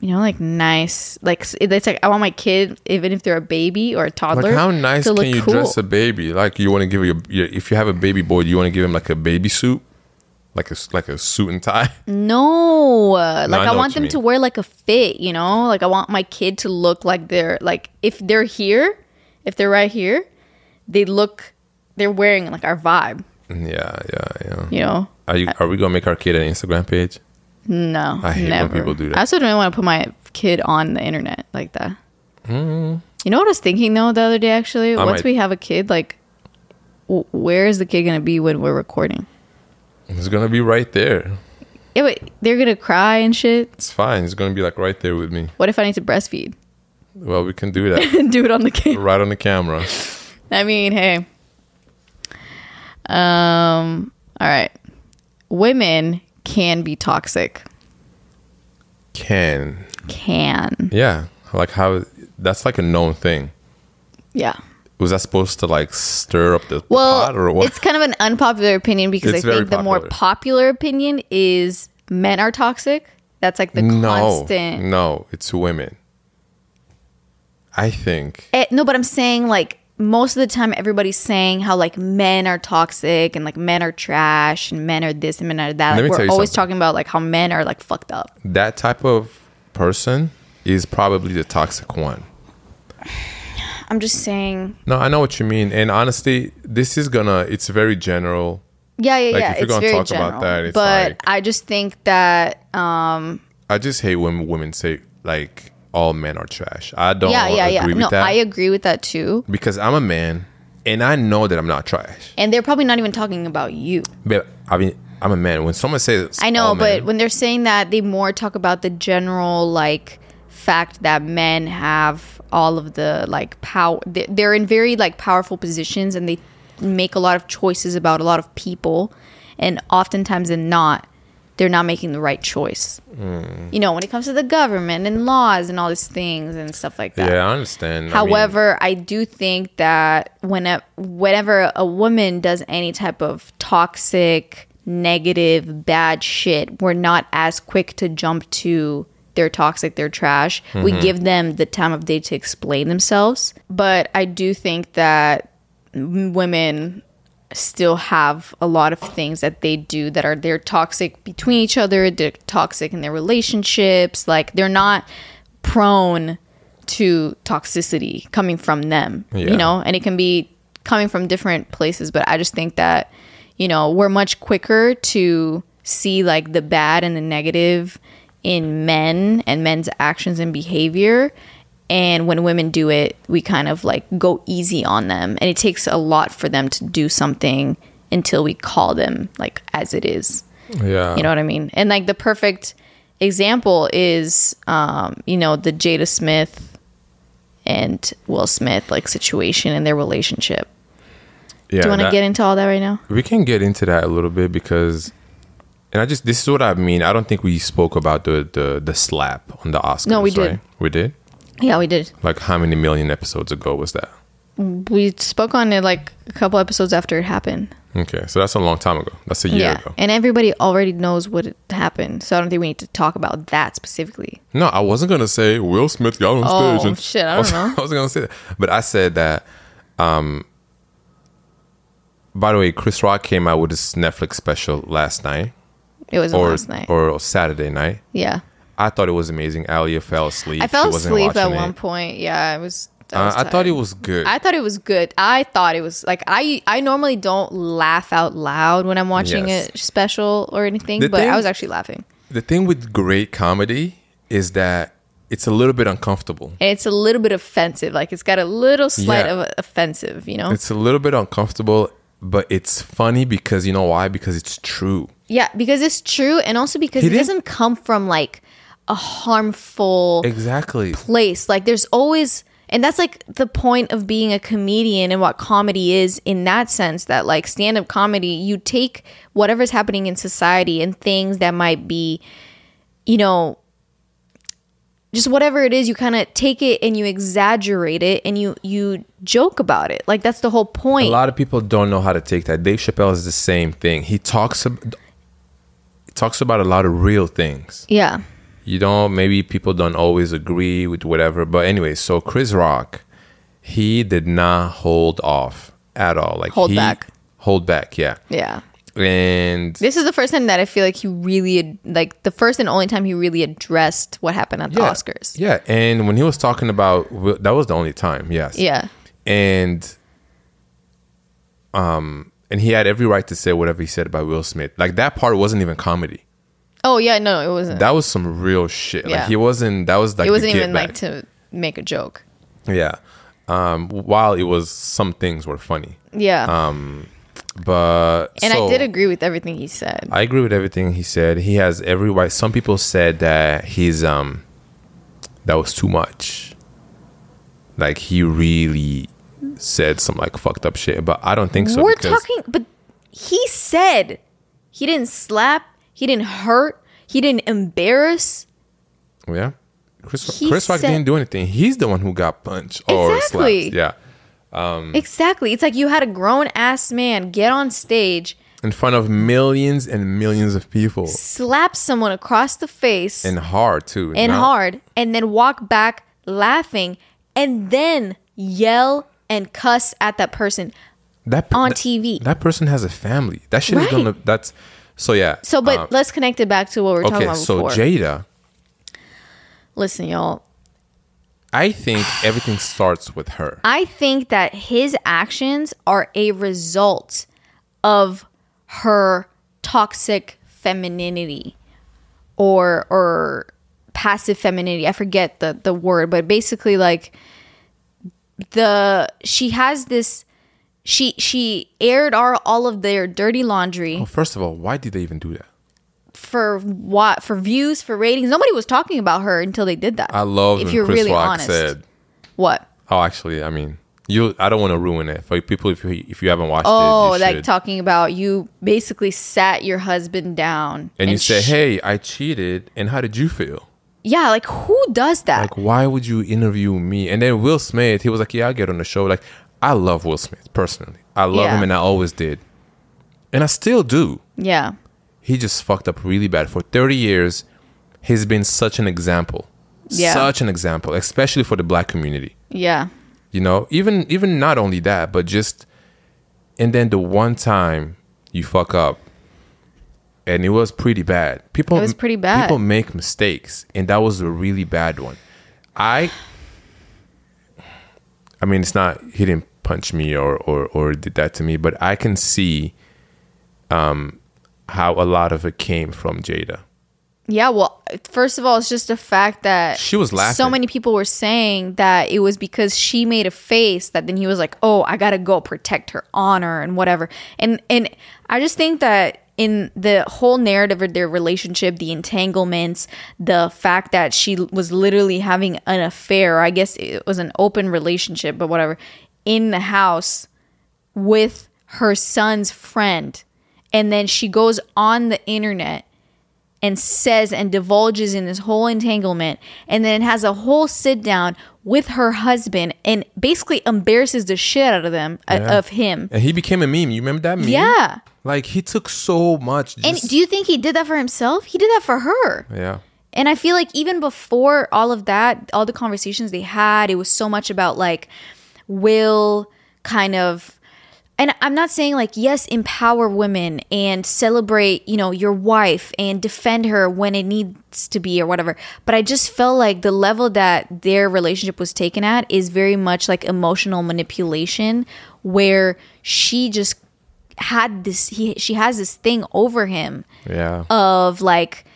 Speaker 1: you know, like nice, like s- it's like I want my kid, even if they're a baby or a toddler,
Speaker 2: Like how nice
Speaker 1: to
Speaker 2: can
Speaker 1: look
Speaker 2: you
Speaker 1: cool.
Speaker 2: dress a baby? Like you want to give your, your if you have a baby boy, you want to give him like a baby suit, like a s- like a suit and tie.
Speaker 1: No, uh, like
Speaker 2: I
Speaker 1: I,
Speaker 2: know what
Speaker 1: want
Speaker 2: you
Speaker 1: them
Speaker 2: mean.
Speaker 1: to wear like a fit, you know? Like I want my kid to look like they're like if they're here, if they're right here, they look they're wearing like our vibe,
Speaker 2: yeah, yeah, yeah.
Speaker 1: you know?
Speaker 2: Are you are we gonna make our kid an Instagram page?
Speaker 1: No,
Speaker 2: I hate when
Speaker 1: never.
Speaker 2: people do that.
Speaker 1: I also don't want to put my kid on the internet like that.
Speaker 2: Mm-hmm.
Speaker 1: You know what I was thinking though the other day actually?
Speaker 2: I
Speaker 1: Once
Speaker 2: might-
Speaker 1: we have a kid, like w- where is the kid gonna be when we're recording?
Speaker 2: It's gonna be right there.
Speaker 1: Yeah, but they're gonna cry and shit.
Speaker 2: It's fine. It's gonna be like right there with me.
Speaker 1: What if I need to breastfeed
Speaker 2: Well, we can do that
Speaker 1: and do it on the kid?
Speaker 2: right on the camera.
Speaker 1: I mean, hey. Um. All right. Women can be toxic.
Speaker 2: Can
Speaker 1: Can.
Speaker 2: yeah, like how that's like a known thing.
Speaker 1: Yeah.
Speaker 2: Was that supposed to like stir up the, the pot or
Speaker 1: Well,
Speaker 2: what?
Speaker 1: it's kind of an unpopular opinion because
Speaker 2: It's
Speaker 1: I
Speaker 2: very
Speaker 1: think the more
Speaker 2: popular.
Speaker 1: popular opinion is men are toxic. That's like the
Speaker 2: no,
Speaker 1: constant.
Speaker 2: no, it's women. I think
Speaker 1: Eh, no, but I'm saying like most of the time everybody's saying how like men are toxic and like men are trash and men are this and men are that.
Speaker 2: Let me
Speaker 1: Like,
Speaker 2: tell
Speaker 1: we're
Speaker 2: you
Speaker 1: always
Speaker 2: something.
Speaker 1: talking about like how men are like fucked up.
Speaker 2: that type of person is probably the toxic one.
Speaker 1: I'm just saying.
Speaker 2: No, I know what you mean, and honestly, this is gonna—it's very general.
Speaker 1: Yeah, yeah,
Speaker 2: Like,
Speaker 1: yeah.
Speaker 2: if you're
Speaker 1: it's
Speaker 2: gonna
Speaker 1: very
Speaker 2: talk about
Speaker 1: general.
Speaker 2: that, it's
Speaker 1: but
Speaker 2: like-
Speaker 1: I just think that um,
Speaker 2: I just hate when women say like all men are trash. I don't
Speaker 1: yeah, yeah,
Speaker 2: Oh, agree
Speaker 1: yeah.
Speaker 2: with
Speaker 1: No,
Speaker 2: that
Speaker 1: I agree with that too.
Speaker 2: because I'm a man and I know that I'm not trash.
Speaker 1: And they're probably not even talking about you.
Speaker 2: But I mean, I'm a man. When someone says
Speaker 1: I know,
Speaker 2: all
Speaker 1: but
Speaker 2: men,
Speaker 1: when they're saying that, they more talk about the general like fact that men have all of the like power. they- They're in very like powerful positions, and they make a lot of choices about a lot of people, and oftentimes than not, they're not making the right choice. You know, when it comes to the government and laws and all these things and stuff like that.
Speaker 2: yeah, I understand. I mean,
Speaker 1: However, I do think that when a, whenever a woman does any type of toxic, negative, bad shit, we're not as quick to jump to they're toxic, they're trash. We
Speaker 2: Mm-hmm.
Speaker 1: give them the time of day to explain themselves. But I do think that m- women still have a lot of things that they do that are they're toxic between each other they're toxic in their relationships like they're not prone to toxicity coming from them
Speaker 2: Yeah.
Speaker 1: you know and it can be coming from different places but i just think that you know we're much quicker to see like the bad and the negative in men and men's actions and behavior and when women do it we kind of like go easy on them and it takes a lot for them to do something until we call them like as it is
Speaker 2: yeah,
Speaker 1: you know what I mean? And like the perfect example is, um, you know, the Jada Smith and Will Smith like situation and their relationship.
Speaker 2: yeah,
Speaker 1: Do you want to
Speaker 2: that-
Speaker 1: get into all that right now?
Speaker 2: We can get into that a little bit because, and I just this is what I mean. I don't think we spoke about the the the slap on the Oscars.
Speaker 1: No, we did.
Speaker 2: right? We did.
Speaker 1: Yeah, we did.
Speaker 2: Like how many million episodes ago was that?
Speaker 1: We spoke on it like a couple episodes after it happened.
Speaker 2: Okay, so that's a long time ago. That's a year
Speaker 1: yeah.
Speaker 2: ago.
Speaker 1: And everybody already knows what had happened. So I don't think we need to talk about that specifically.
Speaker 2: No, I wasn't gonna say Will Smith got on
Speaker 1: Oh,
Speaker 2: stage.
Speaker 1: shit, I don't
Speaker 2: was,
Speaker 1: know.
Speaker 2: I wasn't gonna say that, but I said that. Um. By the way, Chris Rock came out with his Netflix special last night,
Speaker 1: It was
Speaker 2: or
Speaker 1: last night.
Speaker 2: or Saturday night.
Speaker 1: yeah.
Speaker 2: I thought it was amazing. Alia fell asleep.
Speaker 1: I fell
Speaker 2: She wasn't
Speaker 1: asleep at
Speaker 2: watching
Speaker 1: one
Speaker 2: it.
Speaker 1: point. Yeah, I was. I,
Speaker 2: Uh,
Speaker 1: was
Speaker 2: I thought
Speaker 1: tired.
Speaker 2: it was good.
Speaker 1: I thought it was good. I thought it was like I I normally don't laugh out loud when I'm watching
Speaker 2: Yes.
Speaker 1: a special or anything,
Speaker 2: The
Speaker 1: but
Speaker 2: thing-
Speaker 1: I was actually laughing.
Speaker 2: the thing with great comedy is that it's a little bit uncomfortable.
Speaker 1: And it's a little bit offensive. Like it's got a little slight
Speaker 2: Yeah.
Speaker 1: of offensive, you know?
Speaker 2: It's a little bit uncomfortable, but it's funny because you know why? Because it's true.
Speaker 1: yeah, because it's true and also because
Speaker 2: He
Speaker 1: it
Speaker 2: didn't-
Speaker 1: doesn't come from like a harmful
Speaker 2: Exactly.
Speaker 1: place. Like there's always and that's like the point of being a comedian and what comedy is in that sense that like stand-up comedy you take whatever's happening in society and things that might be you know just whatever it is you kind of take it and you exaggerate it and you you joke about it. Like that's the whole
Speaker 2: A
Speaker 1: point.
Speaker 2: lot of people don't know how to take that. Dave Chappelle is the same thing. He talks ab- talks about a lot of real things.
Speaker 1: Yeah.
Speaker 2: You don't maybe people don't always agree with whatever, but anyway, so Chris Rock, he did not hold off at all. Like
Speaker 1: Hold
Speaker 2: he-
Speaker 1: back.
Speaker 2: Hold back, yeah.
Speaker 1: Yeah.
Speaker 2: And
Speaker 1: This is the first time that I feel like he really ad- like the first and only time he really addressed what happened at the
Speaker 2: yeah,
Speaker 1: Oscars.
Speaker 2: Yeah, and when he was talking about Will- that was the only time, yes.
Speaker 1: Yeah.
Speaker 2: and um and he had every right to say whatever he said about Will Smith. Like that part wasn't even comedy.
Speaker 1: Oh yeah, no, it wasn't.
Speaker 2: That was some real shit.
Speaker 1: Yeah.
Speaker 2: Like he wasn't. That was like
Speaker 1: it wasn't
Speaker 2: the
Speaker 1: even
Speaker 2: get
Speaker 1: like to make a joke.
Speaker 2: back. yeah. Um, while it was some things were funny,
Speaker 1: Yeah.
Speaker 2: but
Speaker 1: and
Speaker 2: Uh, so,
Speaker 1: I did agree with everything he said.
Speaker 2: I agree with everything he said. He has every right. Some people said that he's um that was too much. Like he really said some like fucked up shit, but I don't think so.
Speaker 1: We're
Speaker 2: because-
Speaker 1: talking but he said he didn't slap, he didn't hurt, he didn't embarrass.
Speaker 2: Yeah. Chris,
Speaker 1: He
Speaker 2: Chris Rock
Speaker 1: said-
Speaker 2: didn't do anything. He's the one who got punched or
Speaker 1: Exactly.
Speaker 2: slapped. Yeah. Mm.
Speaker 1: Exactly. It's like you had a grown ass man get on stage,
Speaker 2: In front of millions and millions of people.
Speaker 1: slap someone across the face and,
Speaker 2: And hard, too. Now-
Speaker 1: hard, and then walk back laughing and then yell and cuss at that person.
Speaker 2: that, pe-
Speaker 1: on
Speaker 2: that-
Speaker 1: TV.
Speaker 2: That person has a family. That shit
Speaker 1: Right.
Speaker 2: is going to. That's. So, yeah.
Speaker 1: So but
Speaker 2: um,
Speaker 1: let's connect it back to what we were talking
Speaker 2: okay,
Speaker 1: about
Speaker 2: so
Speaker 1: before.
Speaker 2: Jada,
Speaker 1: Listen, y'all.
Speaker 2: I think everything starts with her.
Speaker 1: I think that his actions are a result of her toxic femininity or or passive femininity. I forget the the word, but basically like the she has this she she aired our, all of their dirty laundry
Speaker 2: Well, first of all, why did they even do that?
Speaker 1: for what for views for ratings. Nobody was talking about her until they did that.
Speaker 2: I love
Speaker 1: If
Speaker 2: when
Speaker 1: you're
Speaker 2: Chris
Speaker 1: really
Speaker 2: Rock
Speaker 1: honest.
Speaker 2: said.
Speaker 1: what
Speaker 2: Oh, actually, I mean, you. I don't want to ruin it for people if you, if you haven't watched
Speaker 1: Oh,
Speaker 2: it. you
Speaker 1: like
Speaker 2: should.
Speaker 1: talking about you basically sat your husband down
Speaker 2: And, you say,
Speaker 1: sh-
Speaker 2: hey, I cheated. And how did you feel?
Speaker 1: yeah, like who does that?
Speaker 2: Like, why would you interview me? And then Will Smith, he was like, yeah, I'll get on the show. Like, I love Will Smith personally. I love
Speaker 1: Yeah.
Speaker 2: him and I always did. And I still do.
Speaker 1: yeah,
Speaker 2: He just fucked up really bad. For 30 years, he's been such an example.
Speaker 1: Yeah.
Speaker 2: Such an example, especially for the black community.
Speaker 1: yeah,
Speaker 2: You know, even even not only that, but just and then the one time you fuck up and it was pretty bad. People
Speaker 1: It was pretty bad.
Speaker 2: People make mistakes and that was a really bad one. I I mean, it's not he didn't punch me or or or did that to me, but I can see um how a lot of it came from Jada.
Speaker 1: yeah. Well, first of all, it's just the fact that
Speaker 2: She was
Speaker 1: So
Speaker 2: laughing.
Speaker 1: many people were saying that it was because she made a face that then he was like, "Oh, I gotta go protect her honor and whatever." And and I just think that in the whole narrative of their relationship, the entanglements, the fact that she was literally having an affair. I guess it was an open relationship, but whatever. In the house, with her son's friend and then she goes on the internet and says and divulges in this whole entanglement and then has a whole sit down with her husband and basically embarrasses the shit out of them uh,
Speaker 2: Yeah.
Speaker 1: of him.
Speaker 2: And he became a meme. You remember that meme?
Speaker 1: Yeah.
Speaker 2: Like he took so much.
Speaker 1: And
Speaker 2: just-
Speaker 1: do you think he did that for himself? He did that for her.
Speaker 2: yeah.
Speaker 1: And I feel like even before all of that, all the conversations they had, it was so much about like will kind of and I'm not saying like yes, empower women and celebrate, you know, your wife and defend her when it needs to be or whatever. But I just felt like the level that their relationship was taken at is very much like emotional manipulation where she just had this he, she has this thing over him
Speaker 2: Yeah.
Speaker 1: of like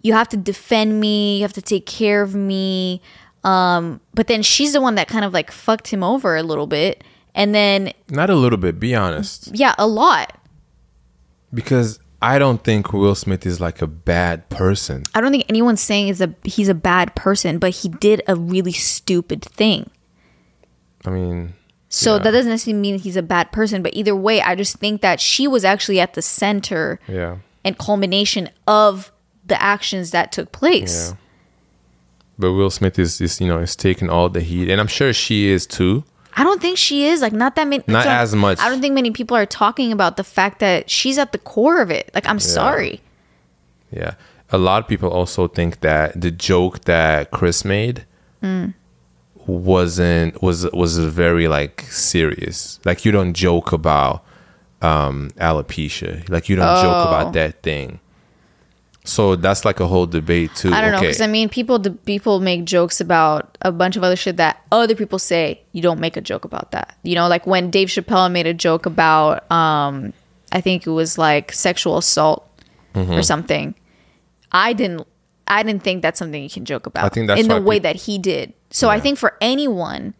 Speaker 1: you have to defend me you have to take care of me um but then she's the one that kind of like fucked him over a little bit and then
Speaker 2: Not a little bit. Be honest.
Speaker 1: yeah a lot
Speaker 2: Because I don't think Will Smith is like a bad person.
Speaker 1: i don't think anyone's saying is a he's a bad person but he did a really stupid thing
Speaker 2: I mean,
Speaker 1: so
Speaker 2: Yeah.
Speaker 1: that doesn't necessarily mean he's a bad person but either way i just think that she was actually at the center
Speaker 2: yeah.
Speaker 1: and culmination of the actions that took place
Speaker 2: Yeah. But Will Smith is, is you know, is taking all the heat. And I'm sure she is too.
Speaker 1: I don't think she is like not that many.
Speaker 2: Not
Speaker 1: so-
Speaker 2: as much.
Speaker 1: I don't think many people are talking about the fact that she's at the core of it. Like, I'm sorry.
Speaker 2: Yeah. A lot of people also think that the joke that Chris made wasn't was was very like serious. Like you don't joke about um alopecia. Like you don't joke
Speaker 1: Oh.
Speaker 2: about that thing. So that's like a whole debate too.
Speaker 1: I don't know because I mean, people the people make jokes about a bunch of other shit that other people say. You don't make a joke about that. You know, like when Dave Chappelle made a joke about, um, I think it was like sexual assault
Speaker 2: Mm-hmm.
Speaker 1: or something. I didn't. I didn't think that's something you can joke about.
Speaker 2: think that's
Speaker 1: in the
Speaker 2: why
Speaker 1: way
Speaker 2: peop-
Speaker 1: that he did. So I think for anyone,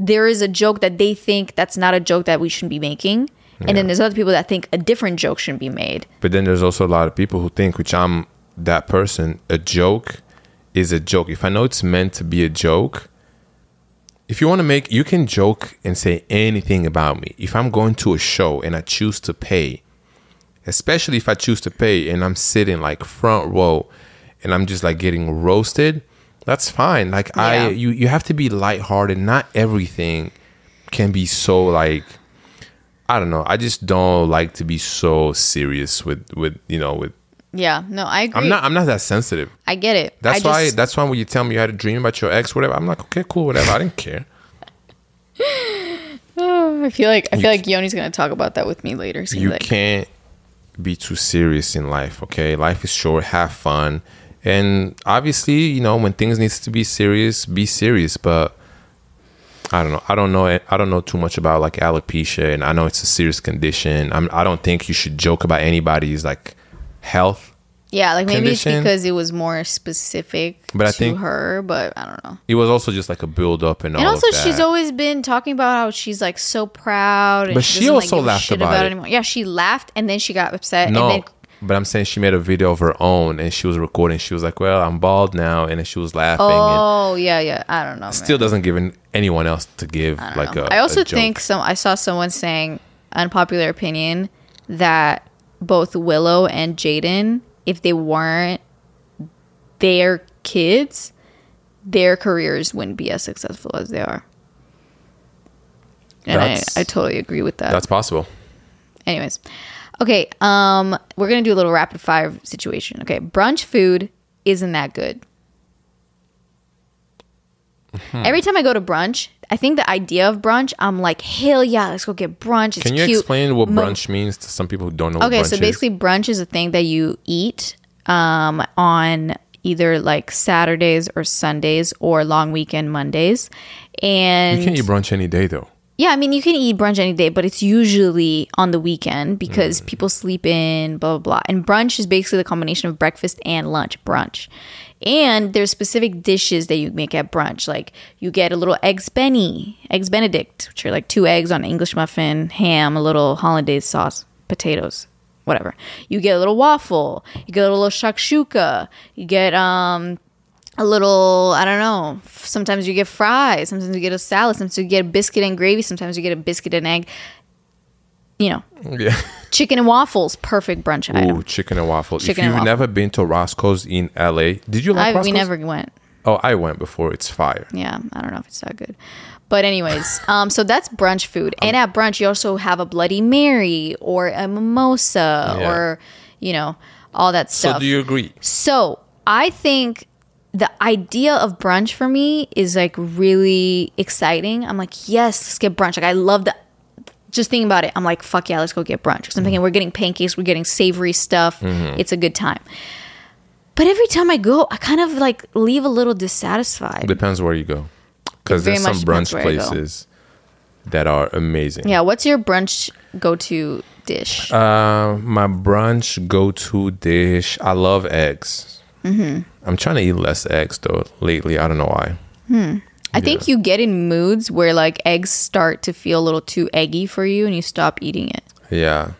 Speaker 1: there is a joke that they think that's not a joke that we shouldn't be making, and then there's other people that think a different joke shouldn't be made.
Speaker 2: But then there's also a lot of people who think, which I'm that person, a joke is a joke. If I know it's meant to be a joke, if you want to make, you can joke and say anything about me. If I'm going to a show and I choose to pay, especially if I choose to pay and I'm sitting like front row and I'm just like getting roasted, that's fine. Like
Speaker 1: Yeah.
Speaker 2: I, you, you have to be lighthearted. Not everything can be so like I don't know. I just don't like to be so serious with with you know with.
Speaker 1: Yeah, no, I agree.
Speaker 2: I'm not. I'm not that sensitive.
Speaker 1: I get it.
Speaker 2: That's
Speaker 1: I
Speaker 2: why.
Speaker 1: just-
Speaker 2: That's why when you tell me you had a dream about your ex, whatever, I'm like, okay, cool, whatever. I didn't care.
Speaker 1: I feel like I feel like Yoni's gonna talk about that with me later. He's gonna
Speaker 2: You
Speaker 1: be like,
Speaker 2: can't be too serious in life. Okay, life is short. Have fun, and obviously, you know, when things needs to be serious, be serious. But I don't know. I don't know. it- I don't know too much about like alopecia, and I know it's a serious condition. I'm. I don't think you should joke about anybody's like health.
Speaker 1: yeah, like maybe it's
Speaker 2: condition.
Speaker 1: because it was more specific
Speaker 2: But I
Speaker 1: to
Speaker 2: think-
Speaker 1: her, but I don't know.
Speaker 2: it was also just like a build up and,
Speaker 1: And
Speaker 2: all
Speaker 1: also,
Speaker 2: of that.
Speaker 1: she's always been talking about how she's like so proud, and
Speaker 2: But she
Speaker 1: doesn't,
Speaker 2: also
Speaker 1: give a
Speaker 2: laughed
Speaker 1: shit
Speaker 2: about it.
Speaker 1: anymore. Yeah, she laughed and then she got upset.
Speaker 2: no,
Speaker 1: and then,
Speaker 2: but I'm saying she made a video of her own and she was recording. She was like, "Well, I'm bald now," and then she was laughing. and
Speaker 1: oh yeah, yeah. I don't know. man.
Speaker 2: still doesn't give an- anyone else to give like a.
Speaker 1: I also
Speaker 2: a joke.
Speaker 1: think some. I saw someone saying unpopular opinion that both Willow and Jaden, if they weren't their kids, their careers wouldn't be as successful as they are. And I,
Speaker 2: That's-
Speaker 1: I totally agree with that.
Speaker 2: that's possible.
Speaker 1: Anyways, okay. Um, we're gonna do a little rapid fire situation. Okay, brunch food isn't that good.
Speaker 2: Hmm.
Speaker 1: Every time I go to brunch, I think the idea of brunch, I'm like, hell yeah, let's go get brunch. It's
Speaker 2: Can you
Speaker 1: cute.
Speaker 2: explain what
Speaker 1: Mo-
Speaker 2: brunch means to some people who don't know?
Speaker 1: Okay,
Speaker 2: what brunch
Speaker 1: so basically, brunch is a thing that you eat um, on either like Saturdays or Sundays or long weekend Mondays, and
Speaker 2: is. you can eat brunch any day though.
Speaker 1: yeah, I mean, you can eat brunch any day, but it's usually on the weekend because people sleep in, blah, blah, blah. And brunch is basically the combination of breakfast and lunch, brunch. And there's specific dishes that you make at brunch. Like you get a little eggs benny, eggs benedict, which are like two eggs on an English muffin, ham, a little hollandaise sauce, potatoes, whatever. You get a little waffle, you get a little shakshuka, you get um a little i don't know f- sometimes you get fries sometimes you get a salad sometimes you get a biscuit and gravy sometimes you get a biscuit and egg you know,
Speaker 2: Yeah.
Speaker 1: chicken and waffles, perfect brunch item.
Speaker 2: Ooh, chicken and waffle.
Speaker 1: Chicken
Speaker 2: if
Speaker 1: and
Speaker 2: you've
Speaker 1: waffle.
Speaker 2: never been to Roscoe's in LA, did you like
Speaker 1: I,
Speaker 2: Roscoe's?
Speaker 1: we never went.
Speaker 2: Oh, I went before. It's fire.
Speaker 1: Yeah, I don't know if it's that good. But anyways, um, so that's brunch food, and
Speaker 2: Um,
Speaker 1: at brunch you also have a Bloody Mary or a mimosa
Speaker 2: Yeah.
Speaker 1: or, you know, all that
Speaker 2: So
Speaker 1: stuff.
Speaker 2: do you agree?
Speaker 1: So I think the idea of brunch for me is like really exciting. I'm like, yes, let's get brunch. Like I love the just thinking about it. I'm like, fuck yeah, let's go get brunch. Because I'm thinking we're getting pancakes, we're getting savory stuff. It's a good time. But every time I go, I kind of like leave a little dissatisfied.
Speaker 2: Depends where you go. Because
Speaker 1: It very
Speaker 2: there's some
Speaker 1: much depends
Speaker 2: brunch
Speaker 1: where I go.
Speaker 2: places that are amazing.
Speaker 1: yeah, what's your brunch go to dish?
Speaker 2: Uh, my brunch go-to dish. I love eggs. Mm-hmm. I'm trying to eat less eggs though lately. I don't know why.
Speaker 1: I think you get in moods where like eggs start to feel a little too eggy for you and you stop eating it.
Speaker 2: Yeah,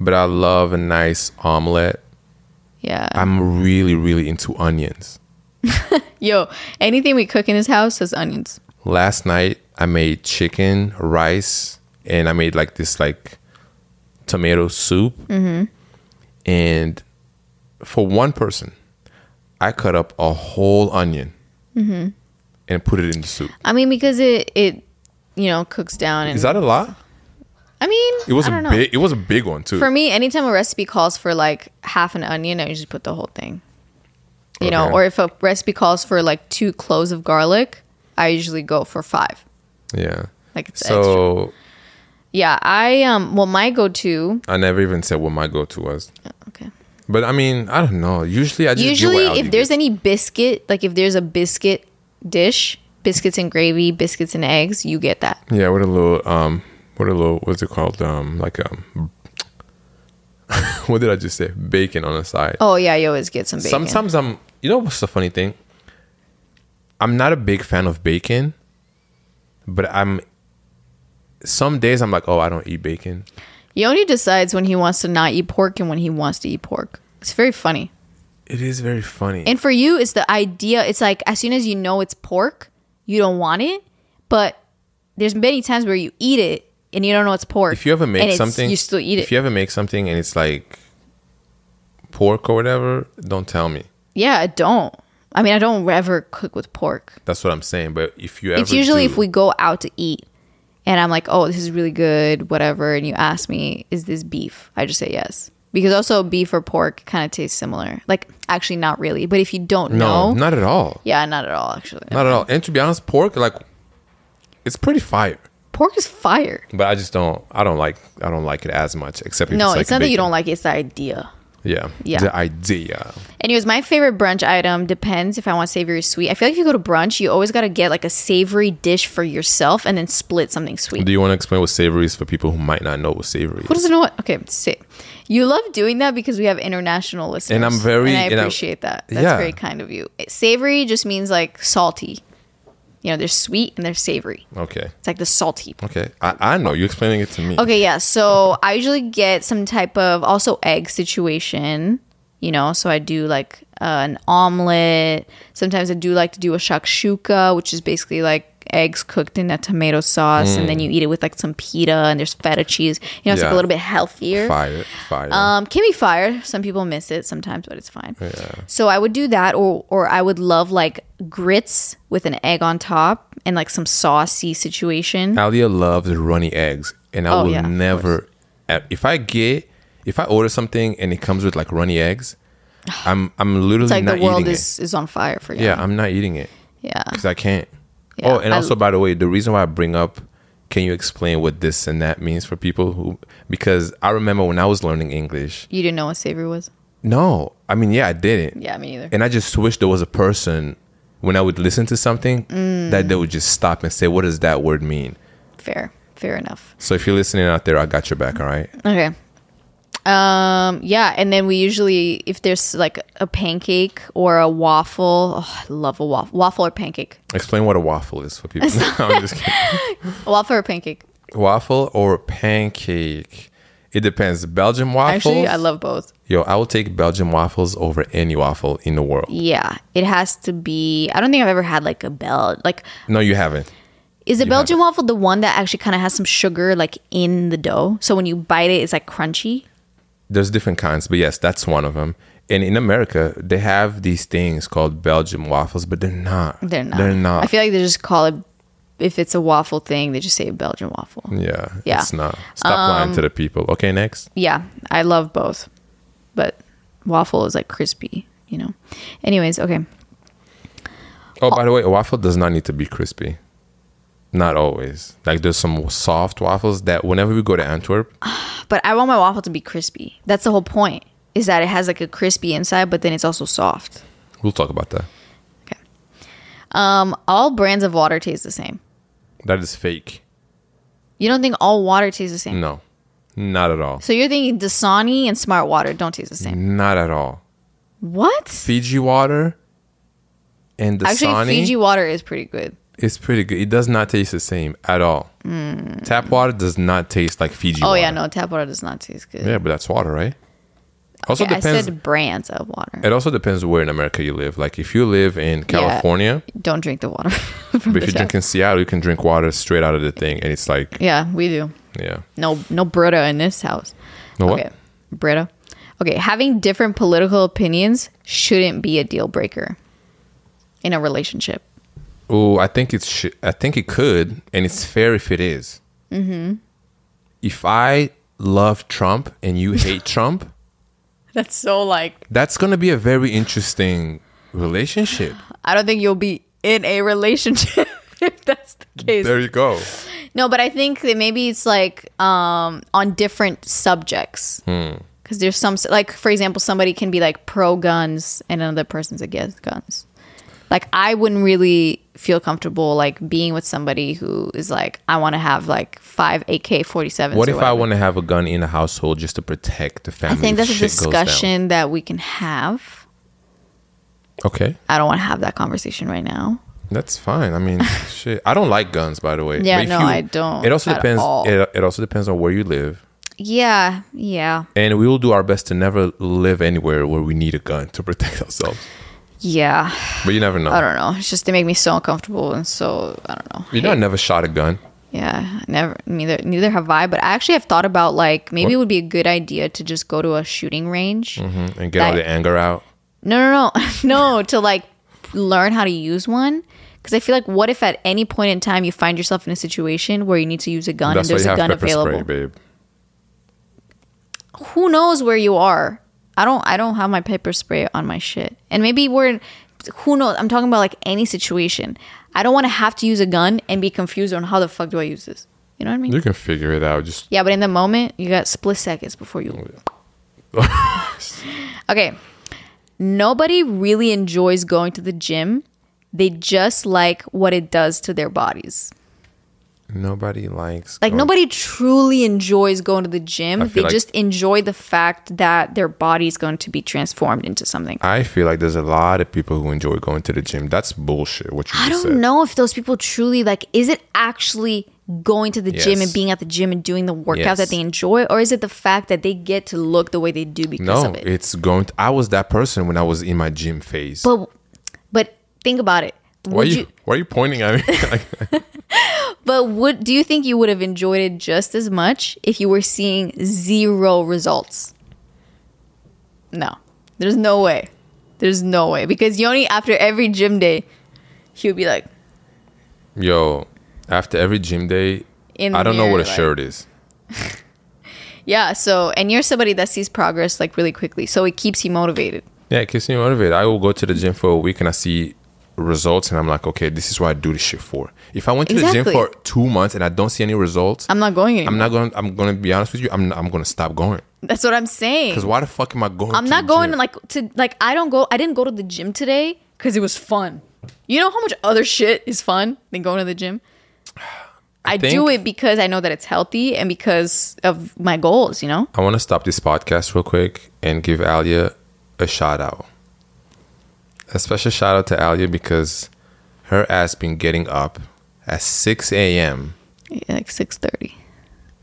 Speaker 2: but I love a nice omelet.
Speaker 1: Yeah.
Speaker 2: I'm really, really into onions.
Speaker 1: Yo, anything we cook in this house has onions.
Speaker 2: Last night I made chicken, rice, and I made like this like tomato soup.
Speaker 1: Mm-hmm.
Speaker 2: And for one person, I cut up a whole onion
Speaker 1: Mm-hmm.
Speaker 2: and put it in the soup.
Speaker 1: I mean, because it it you know cooks down and
Speaker 2: Is that a lot?
Speaker 1: I mean
Speaker 2: It was
Speaker 1: I
Speaker 2: a
Speaker 1: don't know.
Speaker 2: big. It was a big one too.
Speaker 1: For me, anytime a recipe calls for like half an onion, I usually put the whole thing. You know,
Speaker 2: Okay.
Speaker 1: or if a recipe calls for like two cloves of garlic, I usually go for five.
Speaker 2: yeah.
Speaker 1: Like it's extra.
Speaker 2: So
Speaker 1: Yeah, I um. Well, my go-to.
Speaker 2: I never even said what my go-to was.
Speaker 1: Okay.
Speaker 2: But I mean, I don't know. Usually, I just
Speaker 1: usually
Speaker 2: get what Aldi
Speaker 1: if there's
Speaker 2: gets.
Speaker 1: any biscuit like if there's a biscuit dish biscuits and gravy biscuits and eggs you get that
Speaker 2: yeah, what a little um, what a little what's it called um, like um, what did I just say? Bacon on the side.
Speaker 1: oh yeah you always get some bacon
Speaker 2: Sometimes I'm. You know what's the funny thing? I'm not a big fan of bacon, but I'm. Some days I'm like, oh, I don't eat bacon.
Speaker 1: Yoni decides when he wants to not eat pork and when he wants to eat pork. It's very funny.
Speaker 2: It is very funny.
Speaker 1: And for you, it's the idea. It's like as soon as you know it's pork, you don't want it. But there's many times where you eat it and you don't know it's pork.
Speaker 2: if you ever
Speaker 1: and
Speaker 2: make
Speaker 1: it's-
Speaker 2: something
Speaker 1: you still eat it.
Speaker 2: if you ever make something and it's like pork or whatever don't tell me
Speaker 1: yeah, I don't. I mean, I don't ever cook with pork.
Speaker 2: that's what i'm saying but if you ever
Speaker 1: it's usually
Speaker 2: do-
Speaker 1: if we go out to eat and I'm like, oh, this is really good, whatever. And you ask me, is this beef? I just say yes. Because also beef or pork kind of tastes similar. Like, actually, not really. But if you don't
Speaker 2: no,
Speaker 1: know,
Speaker 2: not at all
Speaker 1: yeah, not at all, actually.
Speaker 2: not at all and to be honest pork like it's pretty fire
Speaker 1: Pork is fire.
Speaker 2: but i just don't i don't like i don't like it as much except if
Speaker 1: No,
Speaker 2: it's,
Speaker 1: it's,
Speaker 2: like
Speaker 1: not that you
Speaker 2: bacon.
Speaker 1: don't like it, it's the idea.
Speaker 2: yeah
Speaker 1: Yeah.
Speaker 2: the idea
Speaker 1: Anyways, my favorite brunch item depends if I want savory or sweet. I feel like if you go to brunch, you always got to get like a savory dish for yourself and then split something sweet.
Speaker 2: do you want to explain what savory is for people who might not know what savory
Speaker 1: Who
Speaker 2: is
Speaker 1: doesn't know what? Okay, sit. You love doing that because we have international listeners,
Speaker 2: I'm very-
Speaker 1: and I
Speaker 2: and I'm-
Speaker 1: appreciate that. That's
Speaker 2: Yeah.
Speaker 1: very kind of you. It- savory just means like salty. You know, there's sweet and there's savory.
Speaker 2: okay
Speaker 1: It's like the salty.
Speaker 2: okay i, I know you're explaining it to me
Speaker 1: Okay, yeah. So I usually get some type of also egg situation. You know, so I do like uh, an omelet. Sometimes I do like to do a shakshuka, which is basically like eggs cooked in a tomato sauce, and then you eat it with like some pita and there's feta cheese. You know, it's like
Speaker 2: Mm.
Speaker 1: a
Speaker 2: Yeah.
Speaker 1: little bit healthier.
Speaker 2: fire fire
Speaker 1: Um, can be fire. Some people miss it sometimes, but it's fine. So I would do that, or or I would love like grits with an egg on top and like some saucy situation.
Speaker 2: Alia loves runny eggs, and I
Speaker 1: Oh,
Speaker 2: will
Speaker 1: yeah, of
Speaker 2: never. e- If I get, if I order something and it comes with like runny eggs, I'm I'm literally
Speaker 1: It's like
Speaker 2: not
Speaker 1: the world
Speaker 2: eating
Speaker 1: is is on fire for you.
Speaker 2: it. Yeah, I'm not eating it
Speaker 1: yeah.
Speaker 2: because I can't.
Speaker 1: Yeah,
Speaker 2: oh, and
Speaker 1: I-
Speaker 2: also by the way, the reason why I bring up, can you explain what this and that means for people who? Because I remember when I was learning English.
Speaker 1: You didn't know what savory was.
Speaker 2: No, I mean yeah, I didn't,
Speaker 1: Yeah, me neither.
Speaker 2: and I just wish there was a person when I would listen to something
Speaker 1: Mm.
Speaker 2: that they would just stop and say, "What does that word mean?"
Speaker 1: Fair, fair enough.
Speaker 2: So if you're listening out there, I got your back. All right.
Speaker 1: Okay. Um. Yeah, and then we usually if there's like a pancake or a waffle. Oh, I love a waffle. Waffle or pancake.
Speaker 2: Explain what a waffle is for people. No, I'm just kidding.
Speaker 1: A waffle or pancake.
Speaker 2: Waffle or pancake? It depends. Belgian waffles.
Speaker 1: Actually, I love both.
Speaker 2: Yo, I will take Belgian waffles over any waffle in the world.
Speaker 1: Yeah, it has to be. I don't think I've ever had like a bell. Like
Speaker 2: No, you haven't.
Speaker 1: Is the
Speaker 2: You have
Speaker 1: Belgian waffle the one that actually kind of has some sugar like in the dough? So when you bite it, it's like crunchy.
Speaker 2: There's different kinds, but yes, that's one of them. And in America, they have these things called Belgian waffles, but they're not.
Speaker 1: They're not.
Speaker 2: They're not.
Speaker 1: I feel like they just call it if it's a waffle thing, they just say Belgian waffle.
Speaker 2: yeah,
Speaker 1: Yeah. Um,
Speaker 2: It's not. Stop lying to the people. Okay, next.
Speaker 1: yeah, I love both, but waffle is like crispy, you know. Anyways, okay,
Speaker 2: Oh, by the way, a waffle does not need to be crispy. Not always. Like there's some soft waffles that whenever we go to Antwerp,
Speaker 1: but I want my waffle to be crispy. That's the whole point. Is that it has like a crispy inside, but then it's also soft.
Speaker 2: we'll talk about that.
Speaker 1: Um, all brands of water taste the same.
Speaker 2: That is fake.
Speaker 1: You don't think all water tastes the same?
Speaker 2: No, not at all.
Speaker 1: So you're thinking Dasani and Smart Water don't taste the same.
Speaker 2: Not at all.
Speaker 1: What?
Speaker 2: Fiji water and Dasani
Speaker 1: Actually, Fiji water is pretty good.
Speaker 2: is pretty good. It does not taste the same at all. Tap water does not taste like Fiji
Speaker 1: Hmm. oh
Speaker 2: water.
Speaker 1: yeah, no, tap water does not taste good.
Speaker 2: Yeah, but that's water, right? Also
Speaker 1: Okay, I
Speaker 2: depends.
Speaker 1: said brands of water.
Speaker 2: it also depends where in America you live. Like if you live in California,
Speaker 1: Don't drink the water from
Speaker 2: but
Speaker 1: the
Speaker 2: if you
Speaker 1: tap.
Speaker 2: drink in Seattle, you can drink water straight out of the thing, and it's like
Speaker 1: yeah, we do.
Speaker 2: yeah.
Speaker 1: No, no Brita in this house.
Speaker 2: No what?
Speaker 1: Okay, Brita. Okay, having different political opinions shouldn't be a deal breaker in a relationship.
Speaker 2: Oh, I think it's. Sh- I think it could, and it's fair if it is.
Speaker 1: Mm-hmm.
Speaker 2: If I love Trump and you hate Trump,
Speaker 1: That's so like
Speaker 2: that's gonna be a very interesting relationship.
Speaker 1: I don't think you'll be in a relationship if that's the case.
Speaker 2: There you go.
Speaker 1: No, but I think that maybe it's like um, on different subjects.
Speaker 2: Hmm.
Speaker 1: Because there's some, like, for example, somebody can be like pro guns and another person's against guns. Like, I wouldn't really feel comfortable like being with somebody who is like, I want to have like five AK 47s.
Speaker 2: What if I want to have a gun in the household just to protect the
Speaker 1: I
Speaker 2: family?
Speaker 1: think
Speaker 2: if
Speaker 1: that's a
Speaker 2: shit goes down?
Speaker 1: discussion that we can have.
Speaker 2: Okay,
Speaker 1: I don't want to have that conversation right now.
Speaker 2: that's fine. I mean, shit. I don't like guns, by the way.
Speaker 1: Yeah,
Speaker 2: But if
Speaker 1: no,
Speaker 2: you-
Speaker 1: I don't
Speaker 2: It also
Speaker 1: at
Speaker 2: depends.
Speaker 1: all.
Speaker 2: It, it also depends on where you live,
Speaker 1: Yeah, yeah,
Speaker 2: and we will do our best to never live anywhere where we need a gun to protect ourselves.
Speaker 1: yeah.
Speaker 2: But you never know.
Speaker 1: I don't know. It's just they make me so uncomfortable and so I don't know.
Speaker 2: You know, I never shot a gun.
Speaker 1: Yeah, I never. Neither neither have I. But I actually have thought about like maybe it would be a good idea to just go to a shooting range.
Speaker 2: Mhm, and get all
Speaker 1: That-
Speaker 2: the anger out.
Speaker 1: No, no, no, no. To like learn how to use one. Because I feel like, what if at any point in time you find yourself in a situation where you need to use a gun
Speaker 2: That's why
Speaker 1: and there's
Speaker 2: you
Speaker 1: a
Speaker 2: have
Speaker 1: gun
Speaker 2: pepper
Speaker 1: available?
Speaker 2: spray, babe.
Speaker 1: Who knows where you are? I don't. I don't have my pepper spray on my shit. And maybe we're. in- Who knows? I'm talking about like any situation. I don't want to have to use a gun and be confused on how the fuck do I use this. You know what I mean?
Speaker 2: You can figure it out. Just
Speaker 1: Yeah, but in the moment, you got split seconds before you. okay. Nobody really enjoys going to the gym. They just like what it does to their bodies.
Speaker 2: nobody likes
Speaker 1: Like
Speaker 2: going-
Speaker 1: nobody truly enjoys going to the gym.
Speaker 2: Oh. I
Speaker 1: They
Speaker 2: feel like-
Speaker 1: just enjoy the fact that their body is going to be transformed into something.
Speaker 2: I feel like there's a lot of people who enjoy going to the gym. That's bullshit. What you
Speaker 1: I
Speaker 2: just
Speaker 1: don't
Speaker 2: said.
Speaker 1: know if those people truly like is it actually going to the gym
Speaker 2: Yes.
Speaker 1: and being at the gym and doing the workout
Speaker 2: Yes.
Speaker 1: that they enjoy or is it the fact that they get to look the way they do because
Speaker 2: No,
Speaker 1: of it?
Speaker 2: it's going. To, I was that person when I was in my gym phase.
Speaker 1: But but think about it.
Speaker 2: why
Speaker 1: Would
Speaker 2: you,
Speaker 1: you,
Speaker 2: Why are you pointing at me? Like,
Speaker 1: but would do you think you would have enjoyed it just as much if you were seeing zero results? No. There's no way. There's no way because Yoni after every gym day he would be like
Speaker 2: Yo, after every gym day,
Speaker 1: in the
Speaker 2: I don't know
Speaker 1: mirror,
Speaker 2: what a
Speaker 1: like-
Speaker 2: shirt is.
Speaker 1: Yeah, so and you're somebody that sees progress like really quickly. So it keeps you motivated.
Speaker 2: Yeah, it keeps me motivated. I will go to the gym for a week and I see results, and I'm like, okay, this is what I do this shit for. If I went to the
Speaker 1: Exactly.
Speaker 2: gym for two months and I don't see any results,
Speaker 1: I'm not going anymore.
Speaker 2: I'm not going. to I'm going to be honest with you. I'm. I'm going to stop going.
Speaker 1: That's what I'm saying.
Speaker 2: Cause why the fuck am I going?
Speaker 1: I'm
Speaker 2: to
Speaker 1: not
Speaker 2: the
Speaker 1: going
Speaker 2: gym?
Speaker 1: like to like I don't go I didn't go to the gym today because it was fun. You know how much other shit is fun than going to the gym? I, do
Speaker 2: think-
Speaker 1: it because I know that it's healthy and because of my goals, you know?
Speaker 2: I want to stop this podcast real quick and give Alia a shout out. A special shout out to Alia because her ass been getting up at 6 a.m.,
Speaker 1: Yeah, like six thirty.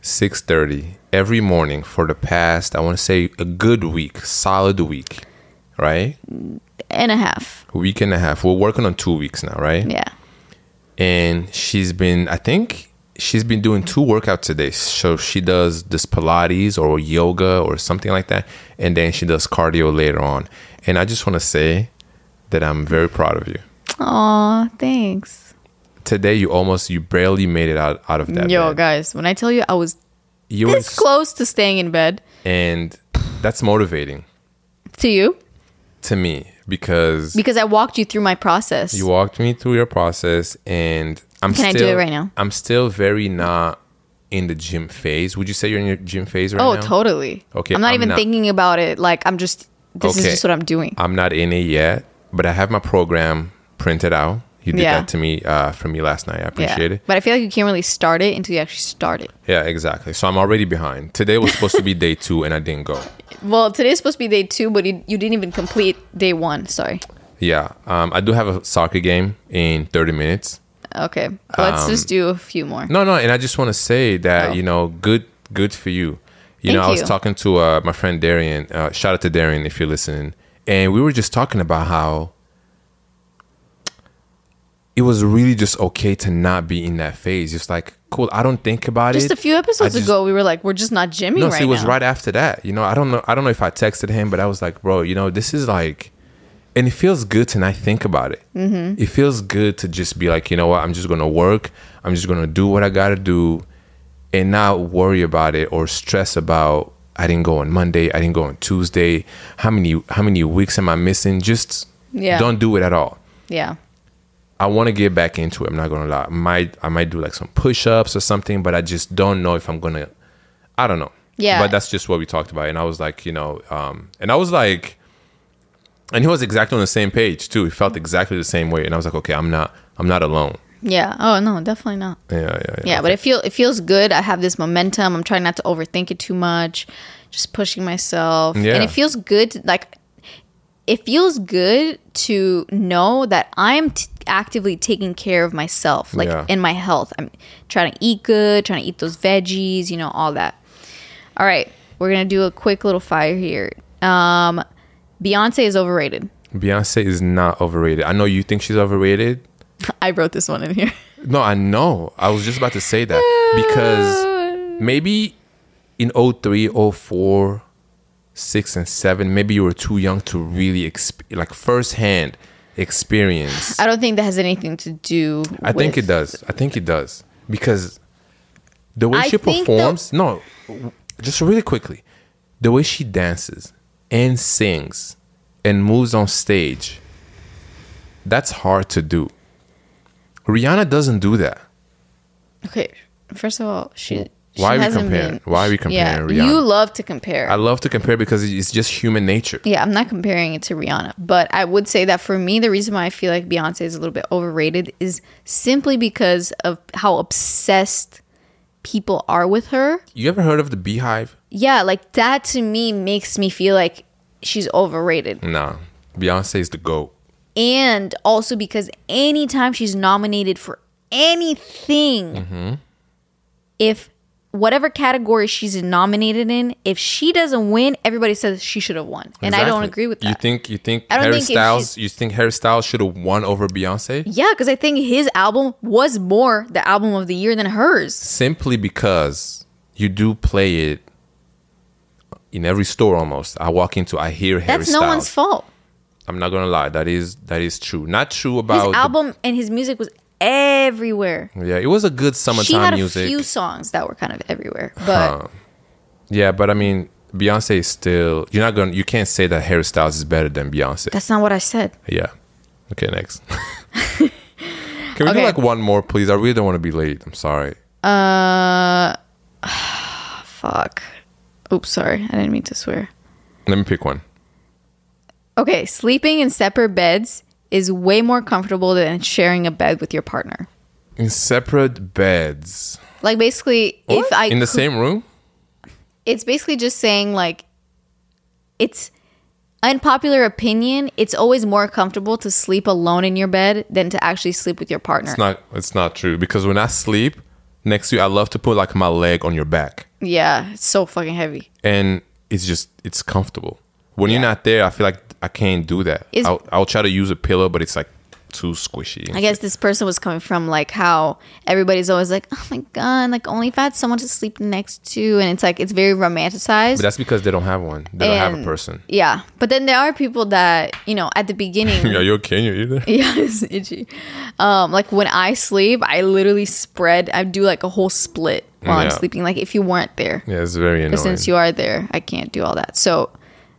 Speaker 2: 6:30 every morning for the past I want to say a good week, solid week, right?
Speaker 1: And a half.
Speaker 2: Week and a half. We're working on two weeks now, right?
Speaker 1: Yeah.
Speaker 2: and she's been I think she's been doing two workouts a day. So she does this Pilates or yoga or something like that, and then she does cardio later on. And I just want to say that I'm very proud of you.
Speaker 1: Aw, thanks.
Speaker 2: Today you almost you barely made it out out of that.
Speaker 1: Yo,
Speaker 2: bed.
Speaker 1: guys, when I tell you I was
Speaker 2: you were
Speaker 1: this close to staying in bed,
Speaker 2: and that's motivating
Speaker 1: to you,
Speaker 2: to me because
Speaker 1: because I walked you through my process.
Speaker 2: you walked me through your process and I'm
Speaker 1: Can I do
Speaker 2: still
Speaker 1: it right now?
Speaker 2: I'm still very not in the gym phase. Would you say you're in your gym phase right
Speaker 1: oh,
Speaker 2: now?
Speaker 1: totally.
Speaker 2: Okay,
Speaker 1: I'm not
Speaker 2: I'm
Speaker 1: even
Speaker 2: not-
Speaker 1: thinking about it. Like, I'm just, this is
Speaker 2: Okay.
Speaker 1: just what I'm doing.
Speaker 2: I'm not in it yet, but I have my program printed out. You did
Speaker 1: Yeah.
Speaker 2: that to me uh, for me last night. I appreciate
Speaker 1: yeah.
Speaker 2: it.
Speaker 1: But I feel like you can't really start it until you actually start it.
Speaker 2: Yeah, exactly. So I'm already behind. Today was supposed to be day two, and I didn't go.
Speaker 1: Well, today's supposed to be day two, but you, you didn't even complete day one. Sorry.
Speaker 2: Yeah, um, I do have a soccer game in 30 minutes.
Speaker 1: Okay. Let's just do a few more.
Speaker 2: Um, No, no, and I just want to say that
Speaker 1: Oh.
Speaker 2: you know, good, good for you. You
Speaker 1: Thank
Speaker 2: know, I was
Speaker 1: you.
Speaker 2: talking to uh, my friend Darian. Uh, shout out to Darian if you're listening, and we were just talking about how it was really just okay to not be in that phase. It's like, cool, I don't think about it.
Speaker 1: just a few episodes
Speaker 2: I just-
Speaker 1: ago, we were like, we're just not gymming
Speaker 2: No,
Speaker 1: right
Speaker 2: so it was
Speaker 1: now.
Speaker 2: right after that. You know, I don't know. I don't know if I texted him, but I was like, bro, you know, this is like, and it feels good to not think about it. Mm-hmm. It feels good to just be like, you know what? I'm just gonna work. I'm just gonna do what I gotta do, and not worry about it or stress about. I didn't go on Monday. I didn't go on Tuesday. How many how many weeks am I missing? Just
Speaker 1: Yeah.
Speaker 2: don't do it at all.
Speaker 1: Yeah.
Speaker 2: I want to get back into it. I'm not gonna lie. I might I might do like some push ups or something, but I just don't know if I'm gonna. I don't know.
Speaker 1: Yeah.
Speaker 2: But that's just what we talked about, and I was like, you know, um, and I was like, and he was exactly on the same page too. He felt exactly the same way, and I was like, okay, I'm not I'm not alone.
Speaker 1: Yeah. Oh, no, definitely not.
Speaker 2: Yeah, yeah, yeah.
Speaker 1: Yeah, but it feel it feels good. I have this momentum. I'm trying not to overthink it too much. Just pushing myself.
Speaker 2: Yeah.
Speaker 1: And it feels good to- like it feels good to know that I'm t- actively taking care of myself, like
Speaker 2: Yeah.
Speaker 1: in my health. I'm trying to eat good, trying to eat those veggies, you know, all that. All right, we're gonna do a quick little fire here. Um, Beyonce is overrated.
Speaker 2: Beyonce is not overrated. I know you think she's overrated.
Speaker 1: I wrote this one in here.
Speaker 2: No, I know. I was just about to say that because maybe in 03, 04, 6 and 7, maybe you were too young to really exp- like firsthand experience.
Speaker 1: I don't think that has anything to do.
Speaker 2: I think
Speaker 1: with-
Speaker 2: it does. I think it does because the way
Speaker 1: I
Speaker 2: she
Speaker 1: think the-
Speaker 2: performs, no, w- just really quickly, the way she dances and sings and moves on stage, that's hard to do. Rihanna doesn't do that.
Speaker 1: Okay, first of all, she. she
Speaker 2: Why are we
Speaker 1: hasn't
Speaker 2: comparing-
Speaker 1: been-
Speaker 2: why are we
Speaker 1: Yeah,
Speaker 2: comparing Rihanna?
Speaker 1: you love to compare.
Speaker 2: I love to compare because it's just human nature.
Speaker 1: yeah, I'm not comparing it to Rihanna, but I would say that for me, the reason why I feel like Beyonce is a little bit overrated is simply because of how obsessed people are with her.
Speaker 2: You ever heard of the Beehive?
Speaker 1: Yeah, like that to me makes me feel like she's overrated.
Speaker 2: Nah, Beyonce is the goat.
Speaker 1: And also because anytime she's nominated for anything,
Speaker 2: Mm-hmm.
Speaker 1: if whatever category she's nominated in, if she doesn't win, everybody says she should have won. And I don't
Speaker 2: Exactly.
Speaker 1: agree with
Speaker 2: You
Speaker 1: that.
Speaker 2: think you think
Speaker 1: I don't
Speaker 2: Harry
Speaker 1: think if she's-
Speaker 2: Styles? You think Harry Styles should have won over Beyonce
Speaker 1: yeah, because I think his album was more the album of the year than hers.
Speaker 2: simply because you do play it in every store almost. I walk into, I hear Harry
Speaker 1: That's
Speaker 2: Styles.
Speaker 1: no one's fault.
Speaker 2: I'm not gonna lie, that is that is true. Not true
Speaker 1: His
Speaker 2: about the-
Speaker 1: album and his music was everywhere.
Speaker 2: yeah, it was a good
Speaker 1: She had
Speaker 2: summertime
Speaker 1: a
Speaker 2: music.
Speaker 1: few songs that were kind of everywhere, but
Speaker 2: yeah, but I mean, Beyonce is still. You're not gonna. You can't say that Harry Styles is better than Beyonce.
Speaker 1: that's not what I said.
Speaker 2: Yeah. Okay, next. Can we
Speaker 1: Okay.
Speaker 2: do like one more, please? I really don't want to be late. I'm sorry.
Speaker 1: Uh, fuck. Oops, sorry. I didn't mean to swear.
Speaker 2: Let me pick one.
Speaker 1: Okay, sleeping in separate beds is way more comfortable than sharing a bed with your partner.
Speaker 2: In separate beds.
Speaker 1: Like basically, if
Speaker 2: What?
Speaker 1: I
Speaker 2: in the
Speaker 1: cou-
Speaker 2: same room?
Speaker 1: it's basically just saying like it's unpopular opinion, it's always more comfortable to sleep alone in your bed than to actually sleep with your partner.
Speaker 2: It's not it's not true because when I sleep next to you, I love to put like my leg on your back.
Speaker 1: yeah, it's so fucking heavy.
Speaker 2: And it's just it's comfortable. When you're not there, I feel like I can't do that.
Speaker 1: Is-
Speaker 2: I'll, I'll try to use a pillow, but it's like too squishy.
Speaker 1: I guess this person was coming from like how everybody's always like, oh my god, like only if I had someone to sleep next to, and it's like it's very romanticized.
Speaker 2: But that's because they don't have one. They don't have a
Speaker 1: And-
Speaker 2: person.
Speaker 1: yeah, but then there are people that you know at the beginning.
Speaker 2: Are you okay? You either?
Speaker 1: yeah, it's itchy. Um, like when I sleep, I literally spread. I do like a whole split while I'm
Speaker 2: Yeah.
Speaker 1: sleeping. Like if you weren't there,
Speaker 2: Yeah, it's very annoying.
Speaker 1: but since you are there, I can't do all that. So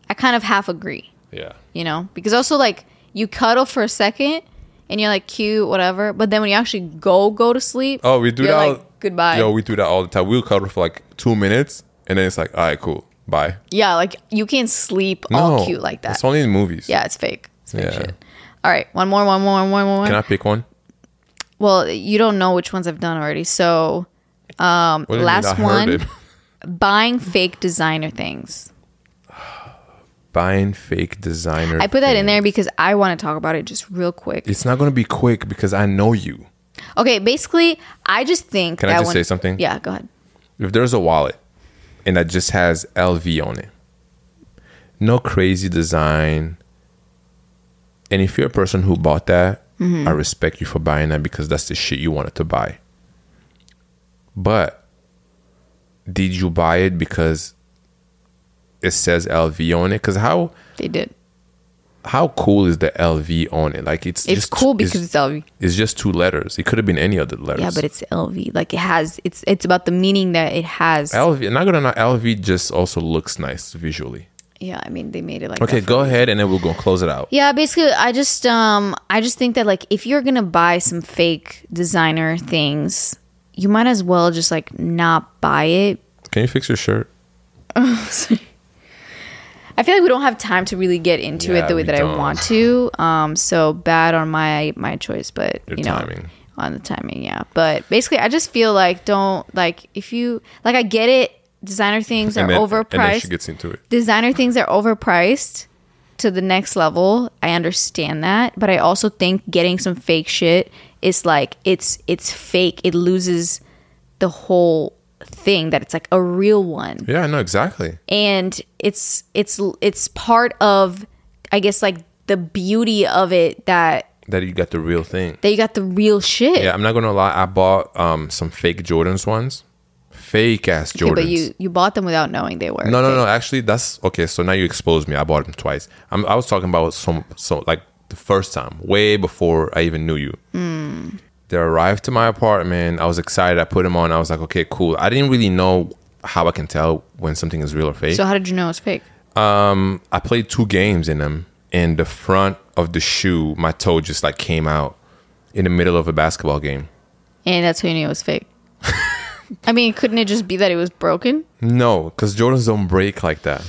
Speaker 1: I kind of half agree.
Speaker 2: yeah.
Speaker 1: you know because also like you cuddle for a second and you're like cute whatever but then when you actually go go to sleep
Speaker 2: Oh, we do
Speaker 1: you're
Speaker 2: that. all-
Speaker 1: like goodbye
Speaker 2: Yo, we do that all the time. We'll cuddle for like two minutes, and then it's like, all right, cool, bye.
Speaker 1: yeah like you can't sleep all cute like that
Speaker 2: It's only in movies.
Speaker 1: yeah it's fake it's fake
Speaker 2: Yeah.
Speaker 1: shit all right one more one more one more one more
Speaker 2: Can I pick one?
Speaker 1: well you don't know which ones i've done already so um,
Speaker 2: What do you mean?
Speaker 1: Last
Speaker 2: I heard
Speaker 1: one.
Speaker 2: it.
Speaker 1: buying fake designer things
Speaker 2: Buying fake designer.
Speaker 1: i put that in
Speaker 2: things.
Speaker 1: there because i want to talk about it just real quick
Speaker 2: It's not gonna be quick because I know you.
Speaker 1: okay basically i just think
Speaker 2: Can I
Speaker 1: that
Speaker 2: just
Speaker 1: when-
Speaker 2: say something?
Speaker 1: yeah go ahead
Speaker 2: If there's a wallet and that just has LV on it, no crazy design. And if you're a person who bought that,
Speaker 1: Mm-hmm.
Speaker 2: I respect you for buying that because that's the shit you wanted to buy. But did you buy it because it says LV on it? Because how
Speaker 1: they did
Speaker 2: how cool is the LV on it? Like it's
Speaker 1: it's
Speaker 2: just-
Speaker 1: cool because it's, lv
Speaker 2: it's just two letters. It could have been any other letters.
Speaker 1: Yeah, but it's LV. Like it has. It's it's about the meaning that it has.
Speaker 2: LV. Not gonna lie, LV just also looks nice visually.
Speaker 1: yeah, I mean they made it like.
Speaker 2: Okay,
Speaker 1: that.
Speaker 2: go ahead, and then we're gonna close it out.
Speaker 1: Yeah, basically, I just um, I just think that like if you're gonna buy some fake designer things, you might as well just like not buy it.
Speaker 2: Can you fix your shirt?
Speaker 1: I feel like we don't have time to really get into
Speaker 2: Yeah,
Speaker 1: it the way
Speaker 2: we
Speaker 1: that I
Speaker 2: don't.
Speaker 1: want to. Um, so bad on my my choice, but
Speaker 2: Your
Speaker 1: you know,
Speaker 2: timing.
Speaker 1: on the timing, yeah. But basically, I just feel like don't like if you like I get it. Designer things are
Speaker 2: and then,
Speaker 1: overpriced.
Speaker 2: And then she gets into it.
Speaker 1: designer things are overpriced to the next level. I understand that, but I also think getting some fake shit is like it's it's fake. It loses the whole thing that it's like a real one.
Speaker 2: Yeah, I know exactly.
Speaker 1: And it's it's it's part of I guess like the beauty of it that
Speaker 2: That you got the real thing.
Speaker 1: that you got the real shit.
Speaker 2: Yeah, I'm not gonna lie. I bought um some fake Jordans ones, fake ass Jordans.
Speaker 1: Okay, but you you bought them without knowing they were.
Speaker 2: no, no,
Speaker 1: fake.
Speaker 2: no. Actually, that's okay. So now you exposed me. I bought them twice. I'm, I was talking about some so like the first time, way before I even knew you.
Speaker 1: Hmm.
Speaker 2: They arrived to my apartment. I was excited. I put them on. I was like, okay, cool. I didn't really know how I can tell when something is real or fake.
Speaker 1: So how did you know it's fake?
Speaker 2: I played two games in them, and the front of the shoe, my toe just like came out in the middle of a basketball game.
Speaker 1: And that's how you knew it was fake. I mean, couldn't it just be that it was broken?
Speaker 2: No, because Jordans don't break like that.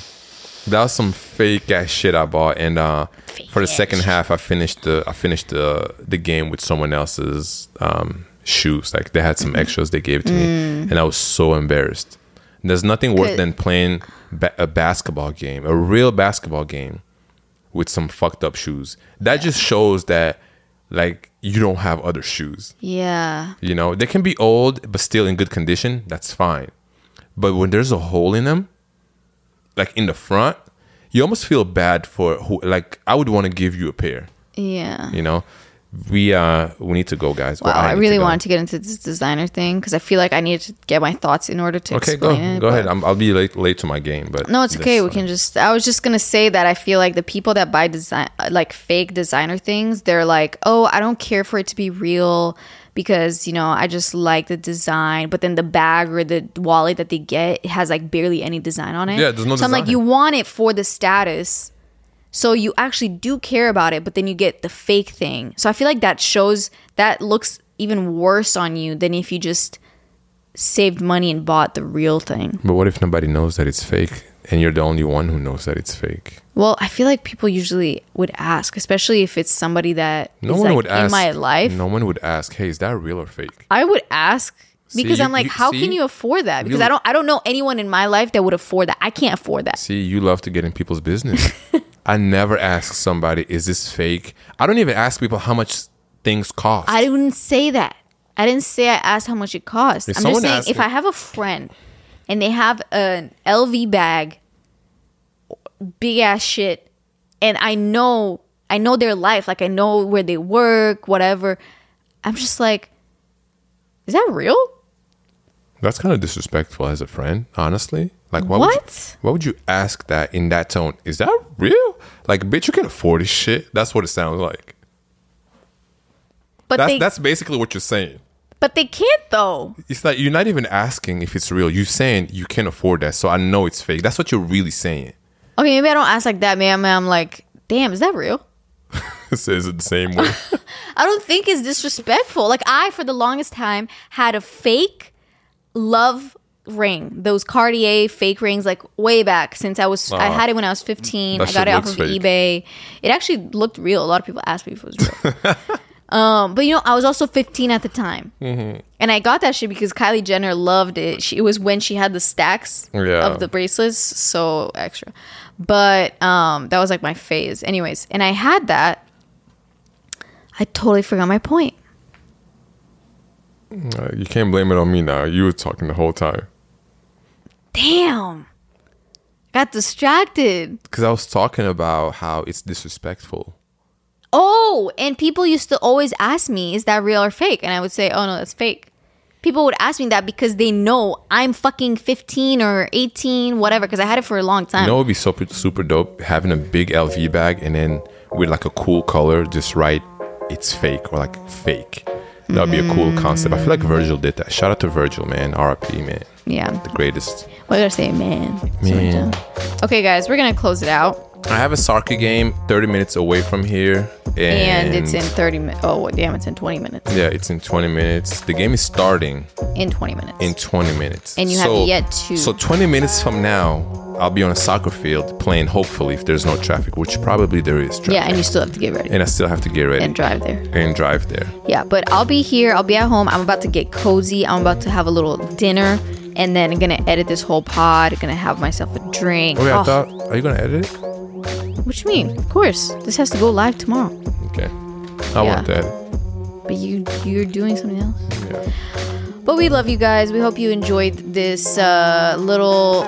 Speaker 2: That was some fake ass shit I bought, and uh, for the
Speaker 1: Fake-ass
Speaker 2: second half, I finished the I finished the the game with someone else's um, shoes. Like they had some extras they gave to me, and I was so embarrassed. There's nothing worse
Speaker 1: Good.
Speaker 2: than playing ba- a basketball game, a real basketball game, with some fucked up shoes. That just shows that like you don't have other shoes.
Speaker 1: Yeah.
Speaker 2: You know, they can be old but still in good condition. That's fine. But when there's a hole in them, like in the front, you almost feel bad for who. Like I would want to give you a pair.
Speaker 1: Yeah.
Speaker 2: You know, we uh we need to go, guys. Or
Speaker 1: Wow, I,
Speaker 2: need
Speaker 1: really
Speaker 2: go.
Speaker 1: wanted to get into this designer thing because I feel like I needed to get my thoughts in order to
Speaker 2: Okay, go
Speaker 1: explain it.
Speaker 2: go
Speaker 1: but-
Speaker 2: ahead. I'm, I'll be late late to my game, but
Speaker 1: No, it's
Speaker 2: this- uh,
Speaker 1: okay. We can just. I was just gonna say that I feel like the people that buy design, like fake designer things, they're like, oh, I don't care for it to be real because you know I just like the design. But then the bag or the wallet that they get has like barely any design on it.
Speaker 2: Yeah, there's no
Speaker 1: So I'm like,
Speaker 2: design.
Speaker 1: you want it for the status. So you actually do care about it, but then you get the fake thing. So I feel like that shows that looks even worse on you than if you just saved money and bought the real thing.
Speaker 2: But what if nobody knows that it's fake, and you're the only one who knows that it's fake?
Speaker 1: Well, I feel like people usually would ask, especially if it's somebody that
Speaker 2: No
Speaker 1: is,
Speaker 2: one
Speaker 1: like,
Speaker 2: would ask
Speaker 1: in my life.
Speaker 2: No one would ask, "Hey, is that real or fake?"
Speaker 1: I would ask because
Speaker 2: you-
Speaker 1: I'm like,
Speaker 2: you-
Speaker 1: how
Speaker 2: see?
Speaker 1: can you afford that? Because
Speaker 2: You-
Speaker 1: I don't, I don't know anyone in my life that would afford that. I can't afford that.
Speaker 2: See, you love to get in people's business. I never ask somebody, is this fake? I don't even ask people how much things cost.
Speaker 1: I didn't say that. I didn't say I asked how much it costs.
Speaker 2: If
Speaker 1: I'm just
Speaker 2: someone
Speaker 1: saying
Speaker 2: asked
Speaker 1: if
Speaker 2: me-
Speaker 1: I have a friend and they have an LV bag, big ass shit, and I know I know their life, like I know where they work, whatever. I'm just like, is that real?
Speaker 2: That's kind of disrespectful as a friend, honestly. Like, why Would
Speaker 1: What?
Speaker 2: you, why would you ask that in that tone? Is that real? Like, bitch, you can afford this shit. That's what it sounds like.
Speaker 1: But
Speaker 2: That's
Speaker 1: they,
Speaker 2: that's basically what you're saying.
Speaker 1: but they can't though.
Speaker 2: It's like you're not even asking if it's real. You're saying you can't afford that, so I know it's fake. That's what you're really saying.
Speaker 1: Okay, maybe I don't ask like that, man. I'm like, damn, is that real?
Speaker 2: It says it the same way.
Speaker 1: I don't think it's disrespectful. Like I, for the longest time, had a fake love ring, those Cartier fake rings, like way back since I was. I
Speaker 2: Wow.
Speaker 1: had it when I was 15.
Speaker 2: That
Speaker 1: I got
Speaker 2: shit
Speaker 1: it off
Speaker 2: looks
Speaker 1: of
Speaker 2: fake.
Speaker 1: eBay. It actually looked real. A lot of people asked me if it was real. um, but you know, I was also 15 at the time, and I got that shit because Kylie Jenner loved it. She, it was when she had the stacks
Speaker 2: Yeah.
Speaker 1: of the bracelets, so extra. But um, that was like my phase, anyways. And I had that. I totally forgot my point.
Speaker 2: Uh, you can't blame it on me now. You were talking the whole time
Speaker 1: Damn. Got distracted.
Speaker 2: because I was talking about how it's disrespectful.
Speaker 1: Oh, and people used to always ask me, is that real or fake? And I would say, oh no, that's fake. People would ask me that because they know I'm fucking 15 or 18, whatever, because I had it for a long time.
Speaker 2: You know, it would be super, super dope having a big LV bag and then with like a cool color, just write it's fake or like fake. That would be a cool concept. I feel like Virgil did that. Shout out to Virgil, man. RIP, man.
Speaker 1: Yeah.
Speaker 2: The greatest.
Speaker 1: What did I say? Man.
Speaker 2: Man.
Speaker 1: Okay, guys, we're going to close it out.
Speaker 2: I have a soccer game 30 minutes away from here.
Speaker 1: And,
Speaker 2: And,
Speaker 1: it's in 30 minutes. Oh, damn, it's in 20 minutes.
Speaker 2: Yeah, it's in 20 minutes. The game is starting
Speaker 1: In 20 minutes.
Speaker 2: in 20 minutes.
Speaker 1: And you have yet to-
Speaker 2: So 20 minutes from now, I'll be on a soccer field playing, hopefully, if there's no traffic, which probably there is traffic.
Speaker 1: yeah, and you still have to get ready
Speaker 2: And I still have to get ready
Speaker 1: and drive there.
Speaker 2: and drive there.
Speaker 1: Yeah, but I'll be here. I'll be at home. I'm about to get cozy. I'm about to have a little dinner, and then I'm gonna edit this whole pod. Gonna have myself a drink.
Speaker 2: Oh, yeah,
Speaker 1: Oh,
Speaker 2: I thought. Are you gonna edit it?
Speaker 1: what you mean? Of course, this has to go live tomorrow.
Speaker 2: Okay. I want
Speaker 1: Yeah.
Speaker 2: that.
Speaker 1: But you you're doing something else.
Speaker 2: Yeah.
Speaker 1: But we love you guys. We hope you enjoyed this uh, little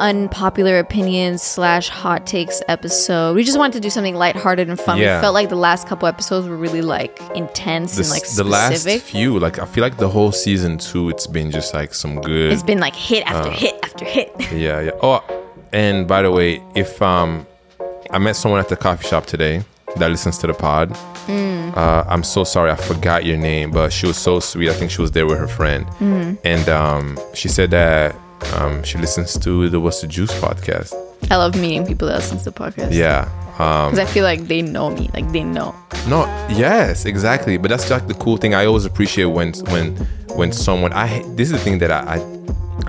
Speaker 1: unpopular opinions slash hot takes episode. We just wanted to do something lighthearted and fun.
Speaker 2: Yeah.
Speaker 1: We felt like the last couple episodes were really like intense
Speaker 2: The,
Speaker 1: and like
Speaker 2: s- the last
Speaker 1: specific.
Speaker 2: few, like I feel like the whole season two, it's been just like some good.
Speaker 1: it's been like hit
Speaker 2: Uh.
Speaker 1: after hit after hit.
Speaker 2: yeah, yeah. Oh, and by the way, if um, I met someone at the coffee shop today that listens to the pod. Uh, I'm so sorry, I forgot your name, but she was so sweet. I think she was there with her friend, and um, she said that um, she listens to the What's the Juice podcast.
Speaker 1: I love meeting people that listen to the podcast.
Speaker 2: Yeah. Um,
Speaker 1: Because I feel like they know me. Like they know.
Speaker 2: No, yes, exactly. But that's like the cool thing. I always appreciate when when when someone I ha- this is the thing that I, I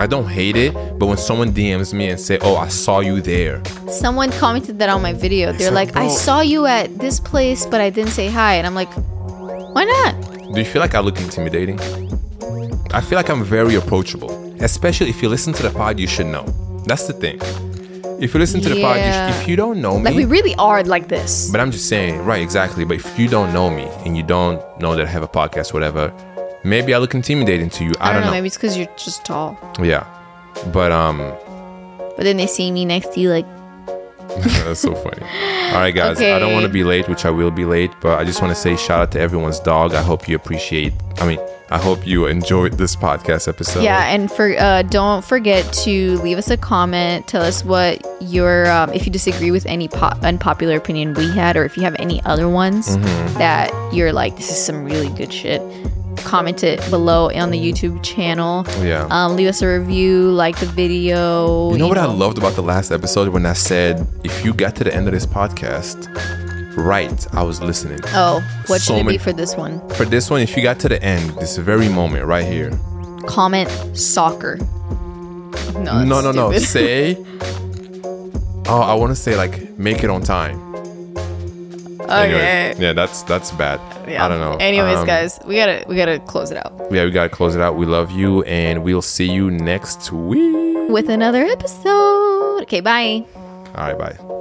Speaker 2: I don't hate it, but when someone DMs me and say, "Oh, I saw you there,"
Speaker 1: Someone commented that on my video. They're
Speaker 2: like, oh."
Speaker 1: like, I
Speaker 2: bro-
Speaker 1: saw you at this place, but I didn't say hi. And I'm like, why not?
Speaker 2: do you feel like I look intimidating? I feel like I'm very approachable. Especially if you listen to the pod, you should know. That's the thing. If you listen to the pod, you
Speaker 1: Yeah.
Speaker 2: sh- if you don't know me,
Speaker 1: Like we really are like this.
Speaker 2: But I'm just saying, right, exactly. But if you don't know me and you don't know that I have a podcast, whatever, maybe I look intimidating to you. I,
Speaker 1: I don't know.
Speaker 2: know.
Speaker 1: Maybe it's because you're just tall.
Speaker 2: Yeah. But um
Speaker 1: But then they see me next to you, like,
Speaker 2: that's so funny. All right guys, I don't
Speaker 1: Okay.
Speaker 2: want to be late, which I will be late, but I just want to say shout out to everyone's dog. I hope you appreciate I mean, I hope you enjoyed this podcast episode.
Speaker 1: yeah. And for uh, don't forget to leave us a comment. Tell us what your um, if you disagree with any po- unpopular opinion we had, or if you have any other ones
Speaker 2: Mm-hmm.
Speaker 1: that you're like, this is some really good shit. Comment it below on the YouTube channel.
Speaker 2: Yeah.
Speaker 1: Um, leave us a review, like the video.
Speaker 2: you know what I loved about the last episode when I said if you got to the end of this podcast, right, I was listening.
Speaker 1: Oh, what
Speaker 2: So
Speaker 1: should it
Speaker 2: many-
Speaker 1: be for this one?
Speaker 2: For this one, if you got to the end, this very moment right here.
Speaker 1: Comment soccer. No,
Speaker 2: no, no,
Speaker 1: that's
Speaker 2: no.
Speaker 1: stupid.
Speaker 2: Say Oh, I want to say like make it on time. Anyways,
Speaker 1: okay.
Speaker 2: yeah, that's that's bad.
Speaker 1: Yeah.
Speaker 2: I don't know.
Speaker 1: Anyways,
Speaker 2: Um,
Speaker 1: guys, we gotta we gotta close it out
Speaker 2: Yeah, we gotta close it out. We love you, and we'll see you next week.
Speaker 1: with another episode. Okay, bye.
Speaker 2: All right, bye.